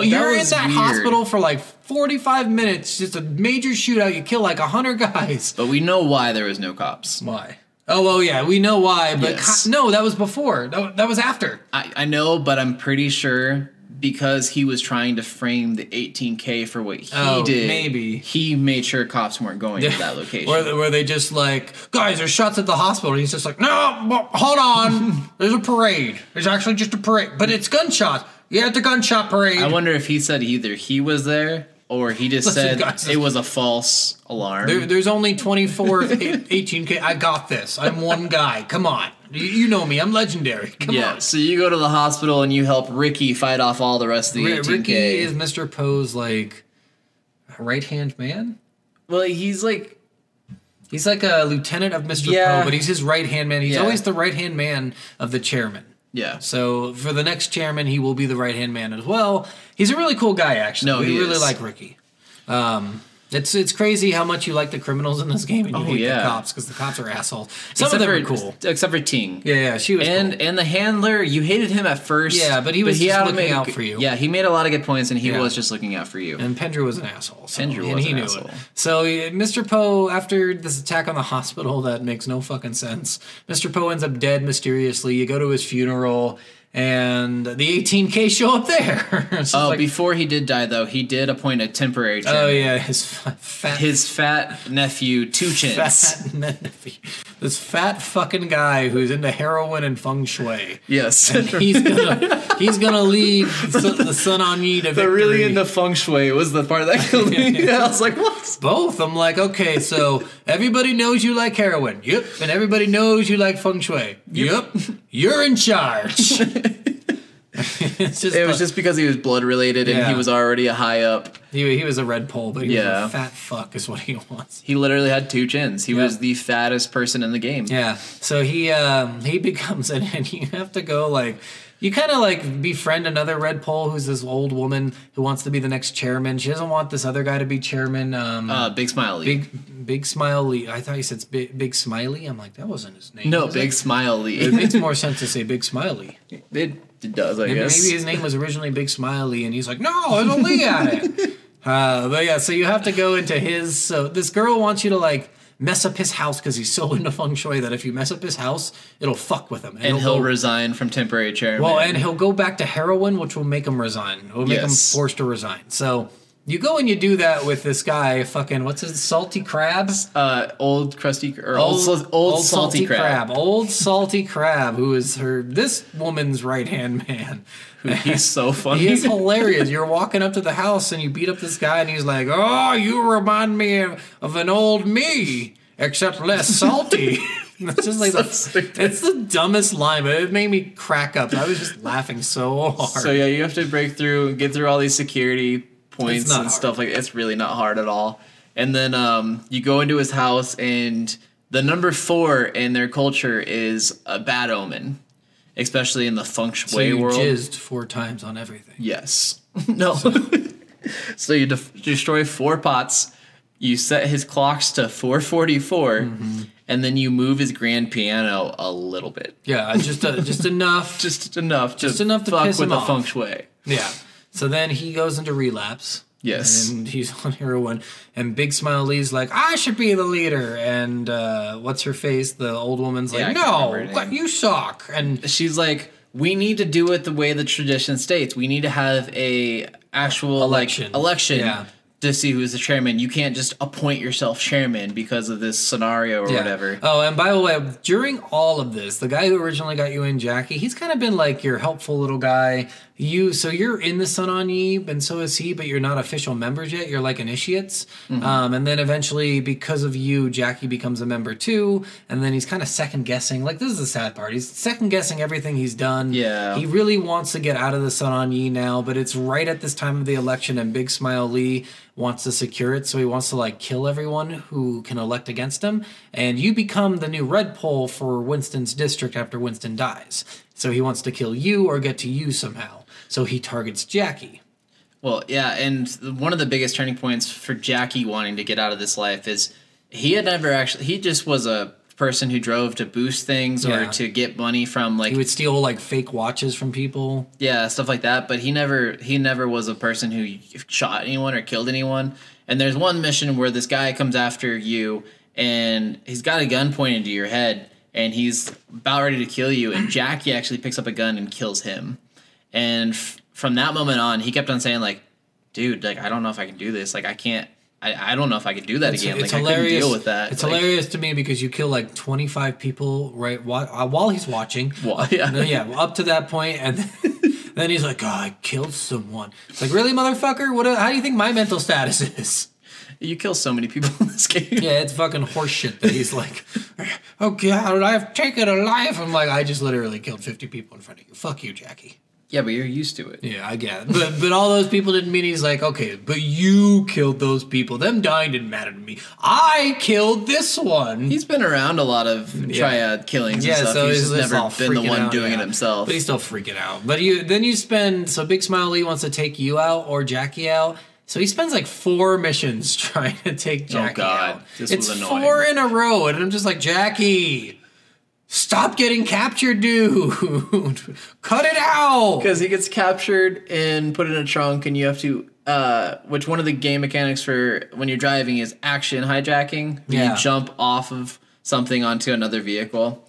Speaker 1: Yeah, that
Speaker 2: you're in
Speaker 1: was
Speaker 2: that
Speaker 1: weird.
Speaker 2: hospital for like 45 minutes. Just a major shootout. You kill like 100 guys.
Speaker 1: but we know why there was no cops.
Speaker 2: Why? Oh, well, yeah, we know why, but
Speaker 1: Yes.
Speaker 2: co- no, that was before. That, that was after.
Speaker 1: I, I know, but I'm pretty sure because he was trying to frame the 18K for what he
Speaker 2: Oh,
Speaker 1: did.
Speaker 2: maybe.
Speaker 1: he made sure cops weren't going to that location.
Speaker 2: Where, where they just like, guys, there's shots at the hospital. And he's just like, no, well, hold on. There's a parade. There's actually just a parade, but it's gunshots. Yeah, it's a gunshot parade.
Speaker 1: I wonder if he said either he was there or he just said
Speaker 2: Listen, guys,
Speaker 1: it was a false alarm.
Speaker 2: There- there's only 24 of eight- 18K. I got this. I'm one guy. Come on. You, you know me. I'm legendary. Come
Speaker 1: yeah, so you go to the hospital and you help Ricky fight off all the rest of
Speaker 2: on.
Speaker 1: the
Speaker 2: R-
Speaker 1: 18K.
Speaker 2: Ricky is Mr. Poe's like right hand man.
Speaker 1: well, he's like
Speaker 2: He's like a lieutenant of Mr.
Speaker 1: Yeah.
Speaker 2: Poe, but he's his right hand man. He's
Speaker 1: Yeah.
Speaker 2: always the right hand man of the chairman.
Speaker 1: yeah.
Speaker 2: So for the next chairman, he will be the right hand man as well. He's a really cool guy, actually.
Speaker 1: No,
Speaker 2: we
Speaker 1: he
Speaker 2: really
Speaker 1: is.
Speaker 2: like Ricky. Um, it's it's crazy how much you like the criminals in this game and you
Speaker 1: Oh,
Speaker 2: hate
Speaker 1: yeah.
Speaker 2: the cops because the cops are assholes. Some of them
Speaker 1: for,
Speaker 2: are cool.
Speaker 1: Except for Ting.
Speaker 2: Yeah, yeah, she was
Speaker 1: And
Speaker 2: cool.
Speaker 1: and the handler, you hated him at first.
Speaker 2: Yeah, but he was just
Speaker 1: had
Speaker 2: looking
Speaker 1: made a
Speaker 2: out
Speaker 1: good-
Speaker 2: for you.
Speaker 1: Yeah, he made a lot of good points, and he
Speaker 2: Yeah.
Speaker 1: was just looking out for you.
Speaker 2: And Pendra was an asshole. So,
Speaker 1: Pendra
Speaker 2: and
Speaker 1: was
Speaker 2: he
Speaker 1: an
Speaker 2: knew
Speaker 1: asshole.
Speaker 2: it. So yeah, Mr. Poe, after this attack on the hospital that makes no fucking sense, Mr. Poe ends up dead mysteriously. You go to his funeral, and the 18K show up there. So it's
Speaker 1: oh,
Speaker 2: like,
Speaker 1: before he did die, though, he did appoint a temporary chairman.
Speaker 2: oh yeah, his fa- fat
Speaker 1: His fat nephew, Two Chins.
Speaker 2: fat nephew. This fat fucking guy who's into heroin and feng shui.
Speaker 1: Yes.
Speaker 2: He's gonna he's gonna lead so- the Sun On Yi to
Speaker 1: They're
Speaker 2: victory.
Speaker 1: really into feng shui was the part that killed me. yeah, I was like, what?
Speaker 2: both. I'm like, okay, so everybody knows you like heroin. Yep. And everybody knows you like feng shui. Yep. You're in charge. it's just,
Speaker 1: It was
Speaker 2: a-
Speaker 1: just because he was blood related and he
Speaker 2: Yeah.
Speaker 1: was already a high up.
Speaker 2: he, he was a red pole, but he
Speaker 1: Yeah.
Speaker 2: was a fat fuck is what he was.
Speaker 1: He literally had two chins. He
Speaker 2: Yeah.
Speaker 1: was the fattest person in the game.
Speaker 2: Yeah. So he um, he becomes it, and you have to go like you kind of like befriend another red pole who's this old woman who wants to be the next chairman. She doesn't want this other guy to be chairman. Um,
Speaker 1: Uh, big smiley.
Speaker 2: big big smiley. I thought you said big, big smiley. I'm like that wasn't his name.
Speaker 1: no,
Speaker 2: was
Speaker 1: big
Speaker 2: It?
Speaker 1: smiley.
Speaker 2: it makes more sense to say Big Smiley.
Speaker 1: It, it does, I
Speaker 2: Maybe,
Speaker 1: guess.
Speaker 2: maybe his name was originally Big Smiley, and he's like, "No, I don't look at it." Uh, but yeah, so you have to go into his. So this girl wants you to like mess up his house because he's so into feng shui that if you mess up his house, it'll fuck with him,
Speaker 1: and he'll
Speaker 2: go-
Speaker 1: resign from temporary chairman.
Speaker 2: well, and he'll go back to heroin, which will make him resign. It will make
Speaker 1: Yes.
Speaker 2: him forced to resign. So you go and you do that with this guy, fucking what's his salty crab?
Speaker 1: uh, old crusty or old, sal- old, salty, crab.
Speaker 2: Old salty crab, who is her this woman's right hand man.
Speaker 1: He's so funny.
Speaker 2: He is hilarious. You're walking up to the house and you beat up this guy, and he's like, "Oh, you remind me of, of an old me, except less salty." it's just like
Speaker 1: So
Speaker 2: the,
Speaker 1: stupid.
Speaker 2: it's the dumbest line, but it made me crack up. I was just laughing so hard.
Speaker 1: so yeah, you have to break through, get through all these security points
Speaker 2: It's not
Speaker 1: and
Speaker 2: hard.
Speaker 1: stuff like it's really not hard at all. And then um, you go into his house, and the number four in their culture is a bad omen, especially in the feng
Speaker 2: so
Speaker 1: shui
Speaker 2: you
Speaker 1: world.
Speaker 2: jizzed four times on everything.
Speaker 1: Yes. No. So, you def- destroy four pots. You set his clocks to 444,
Speaker 2: Mm-hmm.
Speaker 1: and then you move his grand piano a little bit,
Speaker 2: Yeah, I just uh, just enough.
Speaker 1: just enough, just
Speaker 2: enough to
Speaker 1: fuck
Speaker 2: piss
Speaker 1: with
Speaker 2: him
Speaker 1: the
Speaker 2: off.
Speaker 1: feng shui.
Speaker 2: Yeah. So then he goes into relapse.
Speaker 1: Yes.
Speaker 2: And he's on heroin. And Big Smile Lee's like, I should be the leader. And uh, what's her face? The old woman's
Speaker 1: Yeah, I
Speaker 2: like,
Speaker 1: can't remember
Speaker 2: No,
Speaker 1: her
Speaker 2: but
Speaker 1: name."
Speaker 2: you suck. And
Speaker 1: She's like, we need to do it the way the tradition states. We need to have a actual
Speaker 2: Election.
Speaker 1: like election.
Speaker 2: Yeah.
Speaker 1: To see who's the chairman, you can't just appoint yourself chairman because of this scenario or
Speaker 2: Yeah.
Speaker 1: whatever.
Speaker 2: Oh, and by the way, during all of this, the guy who originally got you in, Jackie, he's kind of been like your helpful little guy. You, so you're in the Sun on Ye, and so is he, but you're not official members yet. You're like initiates.
Speaker 1: Mm-hmm.
Speaker 2: Um, and then eventually, because of you, Jackie becomes a member too. And then he's kind of second guessing. Like this is the sad part. He's second guessing everything he's done.
Speaker 1: Yeah.
Speaker 2: He really wants to get out of the Sun on Yi now, but it's right at this time of the election, and Big Smile Lee wants to secure it, so he wants to like kill everyone who can elect against him. And you become the new red pole for Winston's district after Winston dies. So he wants to kill you or get to you somehow. So he targets Jackie.
Speaker 1: Well, yeah, and one of the biggest turning points for Jackie wanting to get out of this life is he had never actually he just was a person who drove to boost things
Speaker 2: Yeah.
Speaker 1: or to get money from like
Speaker 2: He would steal like fake watches from people.
Speaker 1: yeah, stuff like that, but he never he never was a person who shot anyone or killed anyone. And there's one mission where this guy comes after you and he's got a gun pointed to your head and he's about ready to kill you and Jackie actually picks up a gun and kills him. And f- from that moment on, he kept on saying like, "Dude, like I don't know if I can do this. Like I can't. I, I don't know if I can do that
Speaker 2: It's-
Speaker 1: again.
Speaker 2: It's
Speaker 1: like I
Speaker 2: hilarious.
Speaker 1: couldn't deal with that.
Speaker 2: It's
Speaker 1: Like,
Speaker 2: hilarious to me because you kill like 25 people right while, uh, while he's watching.
Speaker 1: Well, yeah.
Speaker 2: No, yeah, well, up to that point, and then, then he's like, "Oh, I killed someone." It's like, really, motherfucker? What? How do you think my mental status is?
Speaker 1: You kill so many people in this game.
Speaker 2: Yeah, it's fucking horseshit that he's like, "Oh God, I've taken a life." I'm like, I just literally killed 50 people in front of you. Fuck you, Jackie.
Speaker 1: Yeah, but you're used to it.
Speaker 2: Yeah, I get it. But but all those people didn't mean he's like, okay, but you killed those people. Them dying didn't matter to me. I killed this one.
Speaker 1: He's been around a lot of triad killings and
Speaker 2: yeah,
Speaker 1: stuff.
Speaker 2: so
Speaker 1: he's
Speaker 2: he's
Speaker 1: just
Speaker 2: just all
Speaker 1: never been the
Speaker 2: freaking
Speaker 1: one
Speaker 2: out,
Speaker 1: doing
Speaker 2: yeah.
Speaker 1: it himself.
Speaker 2: But he's still freaking out. But you then you spend so Big Smile Lee wants to take you out or Jackie out. So he spends like four missions trying to take Jackie
Speaker 1: Oh, God,
Speaker 2: out.
Speaker 1: this
Speaker 2: it's
Speaker 1: was annoying.
Speaker 2: four in a row, and I'm just like Jackie, stop getting captured, dude. Cut it out.
Speaker 1: Because he gets captured and put in a trunk, and you have to. Uh, which one of the game mechanics for when you're driving is action hijacking? where
Speaker 2: Yeah.
Speaker 1: You jump off of something onto another vehicle,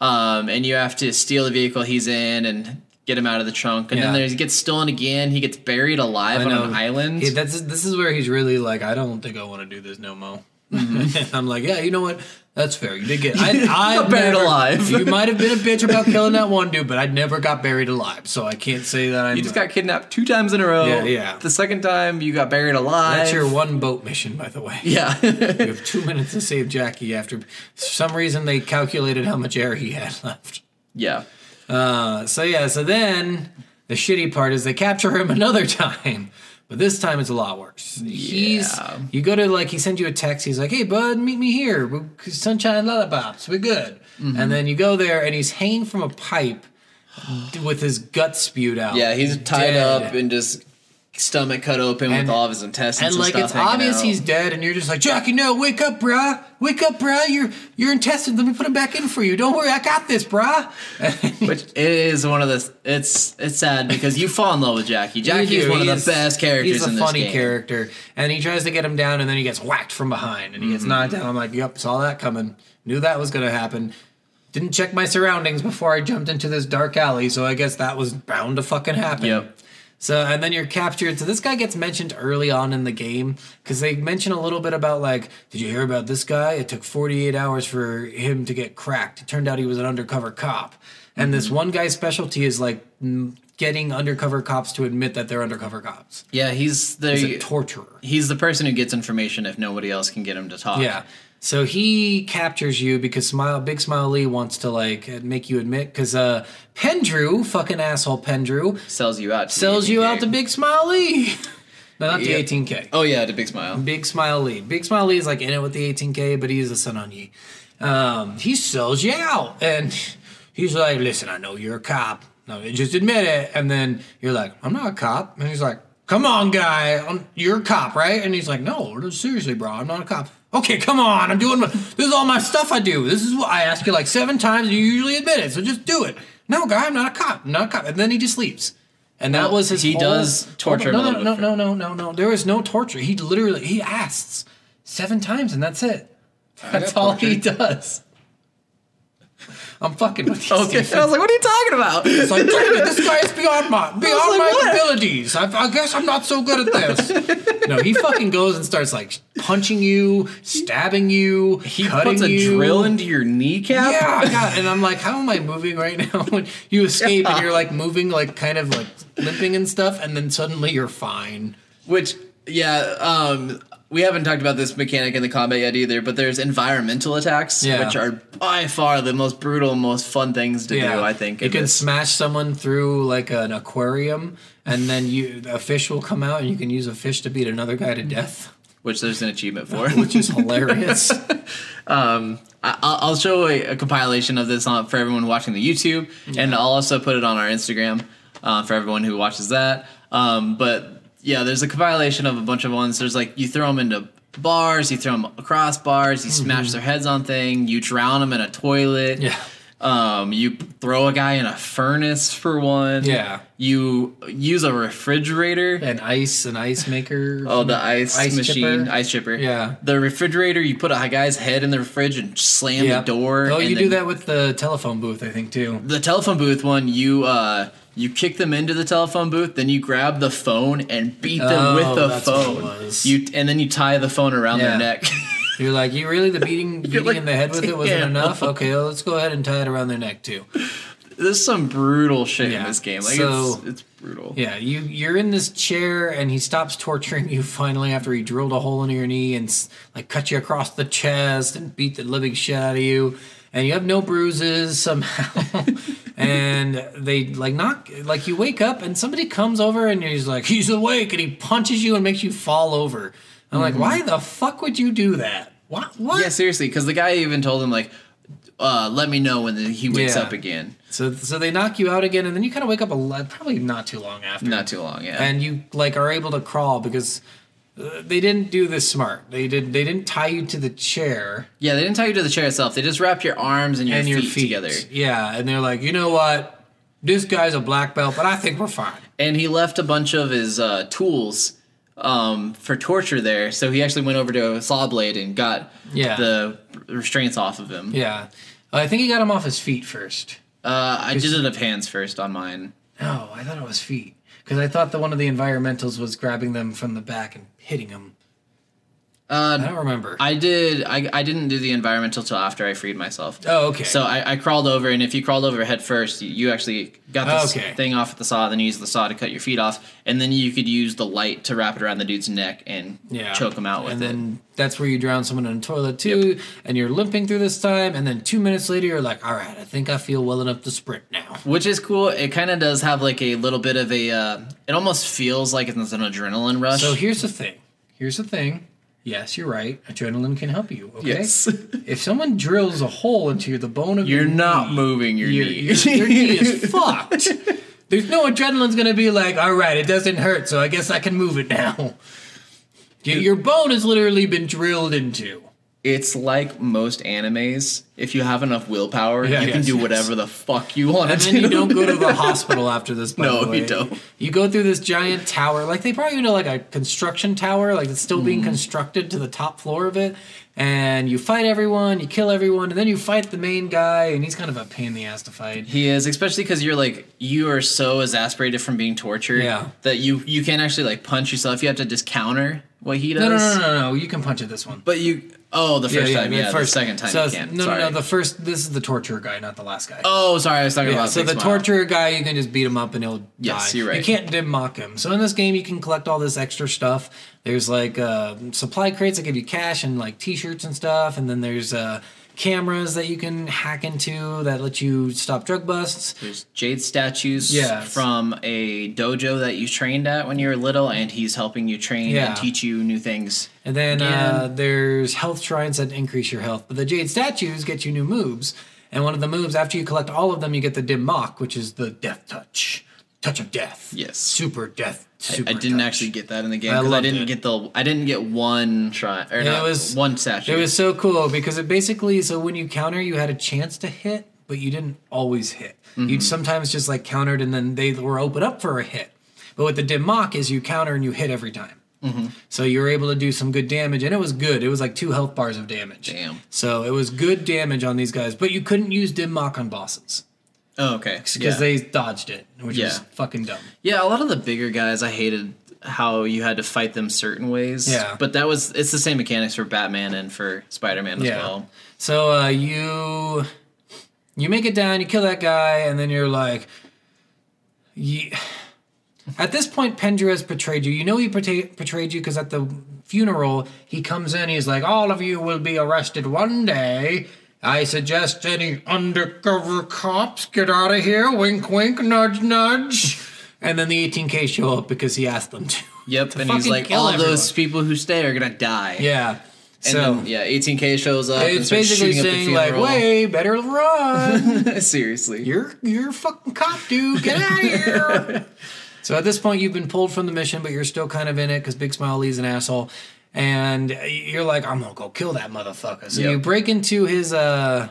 Speaker 1: um, and you have to steal the vehicle he's in and get him out of the trunk. And then
Speaker 2: Yeah.
Speaker 1: there's, he gets stolen again. He gets buried alive
Speaker 2: I
Speaker 1: on
Speaker 2: know.
Speaker 1: an island.
Speaker 2: Yeah, that's this is where he's really like, I don't think I want to do this no mo. and I'm like, yeah, you know what? That's fair. You did get. I, I
Speaker 1: Mm-hmm. got buried alive.
Speaker 2: You might have been a bitch about killing that one dude, but I never got buried alive, so I can't say that. I'm,
Speaker 1: you just got kidnapped two times in a row.
Speaker 2: Yeah, yeah.
Speaker 1: The second time you got buried alive.
Speaker 2: That's your one boat mission, by the way.
Speaker 1: yeah.
Speaker 2: You have two minutes to save Jackie. After for some reason they calculated how much air he had left.
Speaker 1: yeah.
Speaker 2: Uh, so yeah, so then the shitty part is they capture him another time, but this time it's a lot worse. He's
Speaker 1: Yeah.
Speaker 2: you go to like he sends you a text. He's like, "Hey bud, meet me here. We're sunshine lollipops. We're good."
Speaker 1: Mm-hmm.
Speaker 2: And then you go there, and he's hanging from a pipe with his guts spewed out.
Speaker 1: Yeah, he's tied
Speaker 2: Dead.
Speaker 1: up and just stomach cut open
Speaker 2: And-
Speaker 1: with all of his intestines and,
Speaker 2: and like
Speaker 1: stuff
Speaker 2: it's
Speaker 1: hanging
Speaker 2: obvious
Speaker 1: out.
Speaker 2: he's dead, and you're just like Jackie, no, wake up, bruh, wake up, bruh. Your your intestines, let me put them back in for you. Don't worry, I got this, bruh.
Speaker 1: Which it is one of the it's it's sad because you fall in love with Jackie. Jackie
Speaker 2: You
Speaker 1: is
Speaker 2: do.
Speaker 1: one of
Speaker 2: He's-
Speaker 1: the best characters
Speaker 2: He's a
Speaker 1: in this
Speaker 2: funny
Speaker 1: game.
Speaker 2: character, and he tries to get him down, and then he gets whacked from behind, and he
Speaker 1: Mm-hmm.
Speaker 2: gets knocked down. I'm like, "Yep, saw that coming. Knew that was gonna happen. Didn't check my surroundings before I jumped into this dark alley, so I guess that was bound to fucking happen."
Speaker 1: Yep.
Speaker 2: So, and then you're captured. So this guy gets mentioned early on in the game because they mention a little bit about like, did you hear about this guy? It took 48 hours for him to get cracked. It turned out he was an undercover cop. And
Speaker 1: Mm-hmm.
Speaker 2: this one guy's specialty is like mm, getting undercover cops to admit that they're undercover cops.
Speaker 1: Yeah, he's the
Speaker 2: He's a torturer.
Speaker 1: he's the person who gets information if nobody else can get him to talk.
Speaker 2: Yeah. So he captures you because Smile Big Smile Lee wants to like make you admit because uh Pendrew, fucking asshole Pendrew,
Speaker 1: sells you out. To
Speaker 2: sells you out to
Speaker 1: big.
Speaker 2: Big Smile Lee. no, not
Speaker 1: Yeah.
Speaker 2: the 18K.
Speaker 1: Oh yeah, to Big Smile.
Speaker 2: Big Smile Lee. Big Smile Lee is like in it with the 18K, but he's a son on ye. Um, he sells you out. And he's like, listen, I know you're a cop. No, just admit it. And then you're like, I'm not a cop. And he's like, come on, guy. I'm, you're a cop, right? And he's like, no, no, seriously, bro. I'm not a cop. Okay, come on. I'm doing my, this is all my stuff I do. This is what I ask you like seven times. And you usually admit it. So just do it. No, guy, I'm not a cop. I'm not a cop. And then he just leaves. And that
Speaker 1: Well,
Speaker 2: was his.
Speaker 1: he
Speaker 2: whole-
Speaker 1: does torture him
Speaker 2: No,
Speaker 1: a
Speaker 2: no,
Speaker 1: little bit
Speaker 2: no,
Speaker 1: for-
Speaker 2: no, no, no, no. There was no torture. He literally he asks seven times, and that's it. That's
Speaker 1: got
Speaker 2: all he does. I'm fucking with you.
Speaker 1: Okay,
Speaker 2: Steve.
Speaker 1: I was like, what are you talking about?
Speaker 2: It's like, "Damn it, this guy is beyond my beyond
Speaker 1: like,
Speaker 2: my
Speaker 1: what?
Speaker 2: abilities. I, I guess I'm not so good at this. no, he fucking goes and starts like punching you, stabbing you,
Speaker 1: he
Speaker 2: cutting
Speaker 1: puts a
Speaker 2: you.
Speaker 1: drill into your kneecap.
Speaker 2: Yeah, God. and I'm like, how am I moving right now? When you escape and you're like moving, like kind of like limping and stuff, and then suddenly you're fine.
Speaker 1: Which, yeah, um, we haven't talked about this mechanic in the combat yet either, but there's environmental attacks,
Speaker 2: Yeah.
Speaker 1: which are by far the most brutal, most fun things to do, I think.
Speaker 2: you
Speaker 1: in
Speaker 2: can
Speaker 1: this.
Speaker 2: smash someone through like an aquarium, and then you a fish will come out, and you can use a fish to beat another guy to death,
Speaker 1: which there's an achievement for.
Speaker 2: which is hilarious.
Speaker 1: um, I, I'll I'll show a, a compilation of this on, for everyone watching the YouTube, and I'll also put it on our Instagram uh, for everyone who watches that. Um, but yeah, there's a compilation of a bunch of ones. There's like you throw them into bars, you throw them across bars, you smash their heads on thing, you drown them in a toilet.
Speaker 2: Mm-hmm. Yeah.
Speaker 1: Um, you throw a guy in a furnace for one.
Speaker 2: Yeah.
Speaker 1: You use a refrigerator.
Speaker 2: and ice, an ice maker.
Speaker 1: Oh, the ice,
Speaker 2: Ice
Speaker 1: machine,
Speaker 2: chipper?
Speaker 1: ice chipper.
Speaker 2: Yeah.
Speaker 1: The refrigerator, you put a guy's head in the fridge and slam
Speaker 2: Yeah.
Speaker 1: the door.
Speaker 2: Oh,
Speaker 1: and
Speaker 2: you do
Speaker 1: then
Speaker 2: that with the telephone booth, I think too.
Speaker 1: The telephone booth one, you uh, You kick them into the telephone booth, then you grab the phone and beat them with
Speaker 2: Oh,
Speaker 1: the
Speaker 2: that's what it
Speaker 1: phone.
Speaker 2: was.
Speaker 1: You and then you tie the phone around
Speaker 2: Yeah.
Speaker 1: their neck.
Speaker 2: You're like, you really the beating, beating
Speaker 1: like,
Speaker 2: in the head with it wasn't
Speaker 1: "Damn."
Speaker 2: enough. Okay, well, let's go ahead and tie it around their neck too.
Speaker 1: There's some brutal shit in
Speaker 2: Yeah.
Speaker 1: this game. Like
Speaker 2: So-
Speaker 1: it's, it's brutal.
Speaker 2: Yeah, you you're in this chair, and he stops torturing you finally after he drilled a hole into your knee and s- like cut you across the chest and beat the living shit out of you, and you have no bruises somehow. and they like knock like you wake up and somebody comes over and he's like he's awake and he punches you and makes you fall over. I'm like, why the fuck would you do that? What? What?
Speaker 1: Yeah, seriously, because the guy even told him like, uh, "Let me know when he wakes
Speaker 2: Yeah.
Speaker 1: up again."
Speaker 2: So so they knock you out again, and then you kind of wake up a le- probably not too long after.
Speaker 1: Not too long, yeah.
Speaker 2: and you like are able to crawl because uh, they didn't do this smart. They did. They didn't tie you to the chair
Speaker 1: yeah, they didn't tie you to the chair itself. They just wrap your arms and your,
Speaker 2: and
Speaker 1: feet,
Speaker 2: your feet
Speaker 1: together.
Speaker 2: Yeah, and they're like, you know what? This guy's a black belt, but I think we're fine.
Speaker 1: And he left a bunch of his uh, tools um, for torture there. So he actually went over to a saw blade and got
Speaker 2: Yeah.
Speaker 1: the restraints off of him.
Speaker 2: Yeah, I think he got him off his feet first.
Speaker 1: Uh, I did it of hands first on mine.
Speaker 2: No, I thought it was feet because I thought that one of the environmentals was grabbing them from the back and hitting them. I
Speaker 1: Uh,
Speaker 2: don't remember.
Speaker 1: I did. I, I didn't do the environmental till after I freed myself.
Speaker 2: oh, okay.
Speaker 1: So I, I crawled over, and if you crawled over head first, you, you actually got this
Speaker 2: Okay.
Speaker 1: thing off at the saw. Then you use the saw to cut your feet off, and then you could use the light to wrap it around the dude's neck and
Speaker 2: yeah.
Speaker 1: choke him out with
Speaker 2: and
Speaker 1: it.
Speaker 2: then that's where you drown someone in a toilet too, and you're limping through this time, and then two minutes later you're like, all right, I think I feel well enough to sprint now.
Speaker 1: Which is cool. It kind of does have like a little bit of a. Uh, it almost feels like it's an adrenaline rush.
Speaker 2: So here's the thing. Here's the thing. Yes, you're right. Adrenaline can help you. Okay.
Speaker 1: Yes.
Speaker 2: if someone drills a hole into you, the bone of
Speaker 1: you're
Speaker 2: your
Speaker 1: not
Speaker 2: knee,
Speaker 1: moving your
Speaker 2: your,
Speaker 1: knee.
Speaker 2: your, your knee is fucked. There's no adrenaline's gonna be like, all right, it doesn't hurt, so I guess I can move it now. Your, your bone has literally been drilled into.
Speaker 1: it's like most animes. If you have enough willpower,
Speaker 2: Yeah,
Speaker 1: you can
Speaker 2: yes,
Speaker 1: do
Speaker 2: yes.
Speaker 1: whatever the fuck you want
Speaker 2: And
Speaker 1: to
Speaker 2: then
Speaker 1: do.
Speaker 2: you don't go to the hospital after this. By
Speaker 1: No,
Speaker 2: the way.
Speaker 1: you don't.
Speaker 2: You go through this giant tower, like they probably know, like a construction tower, like it's still
Speaker 1: Mm-hmm.
Speaker 2: being constructed to the top floor of it. And you fight everyone, you kill everyone, and then you fight the main guy, and he's kind of a pain in the ass to fight.
Speaker 1: He is, especially because you're like you are so exasperated from being tortured
Speaker 2: Yeah.
Speaker 1: that you you can't actually like punch yourself. You have to just counter what he does.
Speaker 2: No, no, no, no, no, you can punch at this one.
Speaker 1: But you oh the first time
Speaker 2: the
Speaker 1: yeah, the second time
Speaker 2: So
Speaker 1: you
Speaker 2: it's-
Speaker 1: can't.
Speaker 2: No,
Speaker 1: sorry.
Speaker 2: no, no. The first. This is the torture guy, not the last guy.
Speaker 1: oh sorry, I was talking
Speaker 2: Yeah,
Speaker 1: about
Speaker 2: so
Speaker 1: Big
Speaker 2: the
Speaker 1: Smile.
Speaker 2: torture guy, you can just beat him up and he'll
Speaker 1: Yes,
Speaker 2: die.
Speaker 1: you're
Speaker 2: You
Speaker 1: right.
Speaker 2: can't dim mock him. So in this game, you can collect all this extra stuff. There's like uh, supply crates that give you cash and like T-shirts and stuff, and then there's uh, cameras that you can hack into that let you stop drug busts.
Speaker 1: There's jade statues
Speaker 2: Yes.
Speaker 1: from a dojo that you trained at when you were little, and he's helping you train
Speaker 2: Yeah.
Speaker 1: and teach you new things.
Speaker 2: And then
Speaker 1: Yeah.
Speaker 2: uh, there's health shrines that increase your health. But the jade statues get you new moves. And one of the moves, after you collect all of them, you get the dim mock, which is the death touch, touch of death.
Speaker 1: Yes.
Speaker 2: super death. Super
Speaker 1: I didn't
Speaker 2: touch.
Speaker 1: actually get that in the game
Speaker 2: I
Speaker 1: because I,
Speaker 2: loved
Speaker 1: didn't
Speaker 2: it.
Speaker 1: get the I didn't get one try or not,
Speaker 2: was-
Speaker 1: one statue.
Speaker 2: It was so cool because it basically so when you counter, you had a chance to hit, but you didn't always hit.
Speaker 1: Mm-hmm.
Speaker 2: You'd sometimes just like countered and then they were open up for a hit. But with the dim mock is you counter and you hit every time.
Speaker 1: Mm-hmm.
Speaker 2: So you were able to do some good damage, and it was good. It was like two health bars of damage.
Speaker 1: Damn.
Speaker 2: So it was good damage on these guys, but you couldn't use dim mock on bosses
Speaker 1: oh, okay
Speaker 2: because
Speaker 1: Yeah.
Speaker 2: they dodged it, which is
Speaker 1: Yeah.
Speaker 2: fucking dumb.
Speaker 1: Yeah, a lot of the bigger guys, I hated how you had to fight them certain ways.
Speaker 2: Yeah.
Speaker 1: But that was, it's the same mechanics for Batman and for Spider Man as well.
Speaker 2: So uh, you you make it down, you kill that guy, and then you're like, ye- at this point, Pendra has betrayed you. You know he portray- betrayed you because at the funeral he comes in, he's like, all of you will be arrested one day. I suggest any undercover cops get out of here. Wink, wink, nudge, nudge. And then the 18K show up because he asked them to.
Speaker 1: Yep.
Speaker 2: to
Speaker 1: And he's
Speaker 2: fucking
Speaker 1: like,
Speaker 2: kill
Speaker 1: all
Speaker 2: everyone."
Speaker 1: those people who stay are going to die.
Speaker 2: Yeah.
Speaker 1: And
Speaker 2: so
Speaker 1: then, yeah, 18K shows up. and
Speaker 2: it's
Speaker 1: starts
Speaker 2: basically
Speaker 1: shooting
Speaker 2: saying
Speaker 1: up
Speaker 2: like,
Speaker 1: the
Speaker 2: way better run.
Speaker 1: wait. Seriously.
Speaker 2: you're you're a fucking cop, dude. Get out of here. so at this point, you've been pulled from the mission, but you're still kind of in it because Big Smile Lee's an asshole, and you're like, I'm gonna go kill that motherfucker. So
Speaker 1: Yep.
Speaker 2: you break into his uh.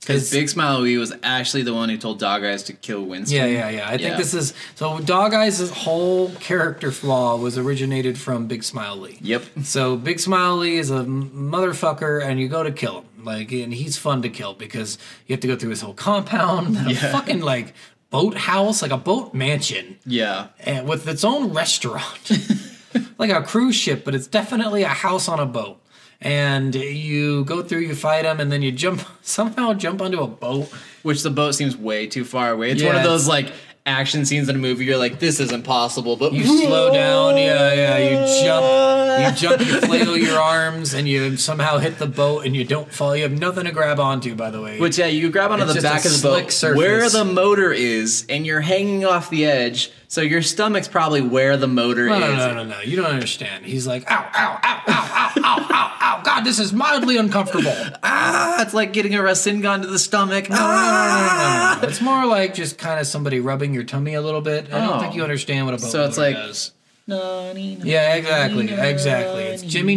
Speaker 1: Because
Speaker 2: his-
Speaker 1: Big Smile Wee was actually the one who told Dog Eyes to kill Winston.
Speaker 2: yeah, yeah, yeah. I think
Speaker 1: Yeah.
Speaker 2: this is so. Dog Eyes' whole character flaw was originated from Big Smile Lee.
Speaker 1: Yep.
Speaker 2: So Big Smiley is a m- motherfucker, and you go to kill him. Like, and he's fun to kill because you have to go through his whole compound, a fucking like boathouse, like a boat mansion,
Speaker 1: Yeah.
Speaker 2: and with its own restaurant, like a cruise ship, but it's definitely a house on a boat. And you go through, you fight them, and then you jump somehow jump onto a boat.
Speaker 1: Which the boat seems way too far away. It's one
Speaker 2: Yeah,
Speaker 1: of those
Speaker 2: it's-
Speaker 1: like action scenes in a movie. You're like, this is impossible. But
Speaker 2: You slow down, yeah, yeah. You jump, you jump, you flail your arms, and you somehow hit the boat, and you don't fall. You have nothing to grab onto, by the way.
Speaker 1: Which yeah, you grab onto
Speaker 2: It's
Speaker 1: the
Speaker 2: just a
Speaker 1: back of the boat
Speaker 2: slick surface.
Speaker 1: where the motor is, and you're hanging off the edge. So your stomach's probably where the motor
Speaker 2: No,
Speaker 1: is.
Speaker 2: no, no, no, no. You don't understand. He's like, ow, ow, ow, ow, ow, ow, ow, ow. God, this is mildly uncomfortable.
Speaker 1: Ah, it's like getting a Rasengan to the stomach.
Speaker 2: No,
Speaker 1: Ah!
Speaker 2: no, no. It's more like just kind of somebody rubbing your tummy a little bit. I don't
Speaker 1: Oh.
Speaker 2: think you understand what a boat
Speaker 1: So it's
Speaker 2: motor
Speaker 1: like-
Speaker 2: does.
Speaker 1: No, no, no.
Speaker 2: Yeah, exactly, exactly. It's Jimmy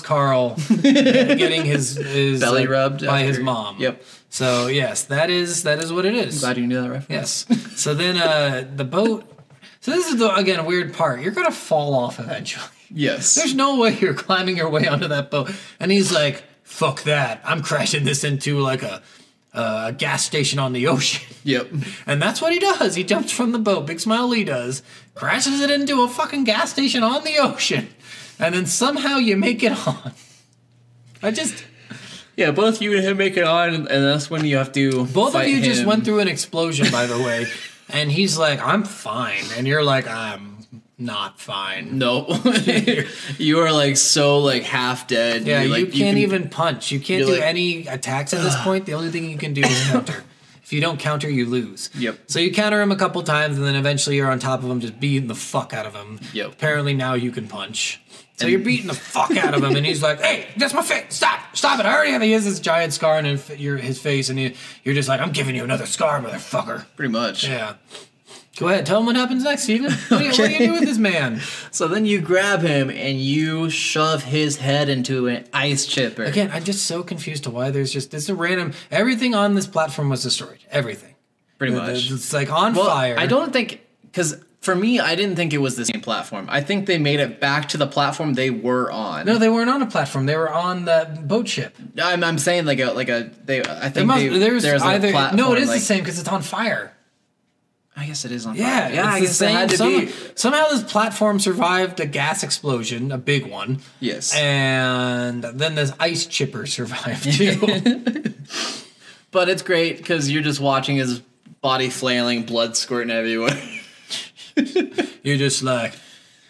Speaker 2: Carl getting his, his
Speaker 1: Belly
Speaker 2: like,
Speaker 1: rubbed
Speaker 2: by his
Speaker 1: after-
Speaker 2: mom.
Speaker 1: Yep.
Speaker 2: So yes, that is that is what it is.
Speaker 1: Glad you knew that reference.
Speaker 2: Yes. So then uh, the boat. So this is the again weird part. You're gonna fall off eventually.
Speaker 1: Yes.
Speaker 2: There's no way you're climbing your way onto that boat. And he's like, "Fuck that! I'm crashing this into like a a gas station on the ocean."
Speaker 1: Yep.
Speaker 2: And that's what he does. He jumps from the boat, Big Smile Lee does, crashes it into a fucking gas station on the ocean, and then somehow you make it on. I just,
Speaker 1: Yeah, both you and him make it on, and that's when you have to.
Speaker 2: both
Speaker 1: fight
Speaker 2: of you just
Speaker 1: him.
Speaker 2: went through an explosion, by the way, and he's like, I'm fine. And you're like, I'm not fine.
Speaker 1: No, you are like so like half dead.
Speaker 2: Yeah,
Speaker 1: You're, like,
Speaker 2: you can't
Speaker 1: can-
Speaker 2: even punch. You can't
Speaker 1: you're
Speaker 2: do
Speaker 1: like-
Speaker 2: any attacks at this point. The only thing you can do is counter. If you don't counter, you lose.
Speaker 1: Yep.
Speaker 2: So you counter him a couple times, and then eventually you're on top of him, just beating the fuck out of him.
Speaker 1: Yep.
Speaker 2: Apparently now you can punch. So you're beating the fuck out of him, and he's like, "Hey, that's my face! Stop! Stop it! I already have." He has this giant scar in his- your- his face, and you- you're just like, "I'm giving you another scar, motherfucker."
Speaker 1: pretty much.
Speaker 2: Yeah. Go ahead, tell him what happens next, Steven. What, do you, what do you do with this man?
Speaker 1: So then you grab him and you shove his head into an ice chipper.
Speaker 2: Again, I'm just so confused to why there's just it's a random everything on this platform was destroyed. Everything.
Speaker 1: pretty
Speaker 2: The-
Speaker 1: much.
Speaker 2: It's like on
Speaker 1: Well,
Speaker 2: fire.
Speaker 1: I don't think because for me, I didn't think it was the same platform. I think they made it back to the platform they were on.
Speaker 2: No, they weren't on a platform. They were on the boat ship.
Speaker 1: I'm, I'm saying like a like a they. I
Speaker 2: There
Speaker 1: think
Speaker 2: must,
Speaker 1: they,
Speaker 2: there's,
Speaker 1: there's like
Speaker 2: either
Speaker 1: a platform,
Speaker 2: no. It is
Speaker 1: like-
Speaker 2: the same because it's on fire.
Speaker 1: I guess it is on.
Speaker 2: Yeah,
Speaker 1: fire. yeah. I
Speaker 2: it's
Speaker 1: guess it had to
Speaker 2: Some-
Speaker 1: be.
Speaker 2: Somehow this platform survived a gas explosion, a big one.
Speaker 1: Yes.
Speaker 2: And then this ice chipper survived too.
Speaker 1: But it's great because you're just watching his body flailing, blood squirting everywhere.
Speaker 2: you're just like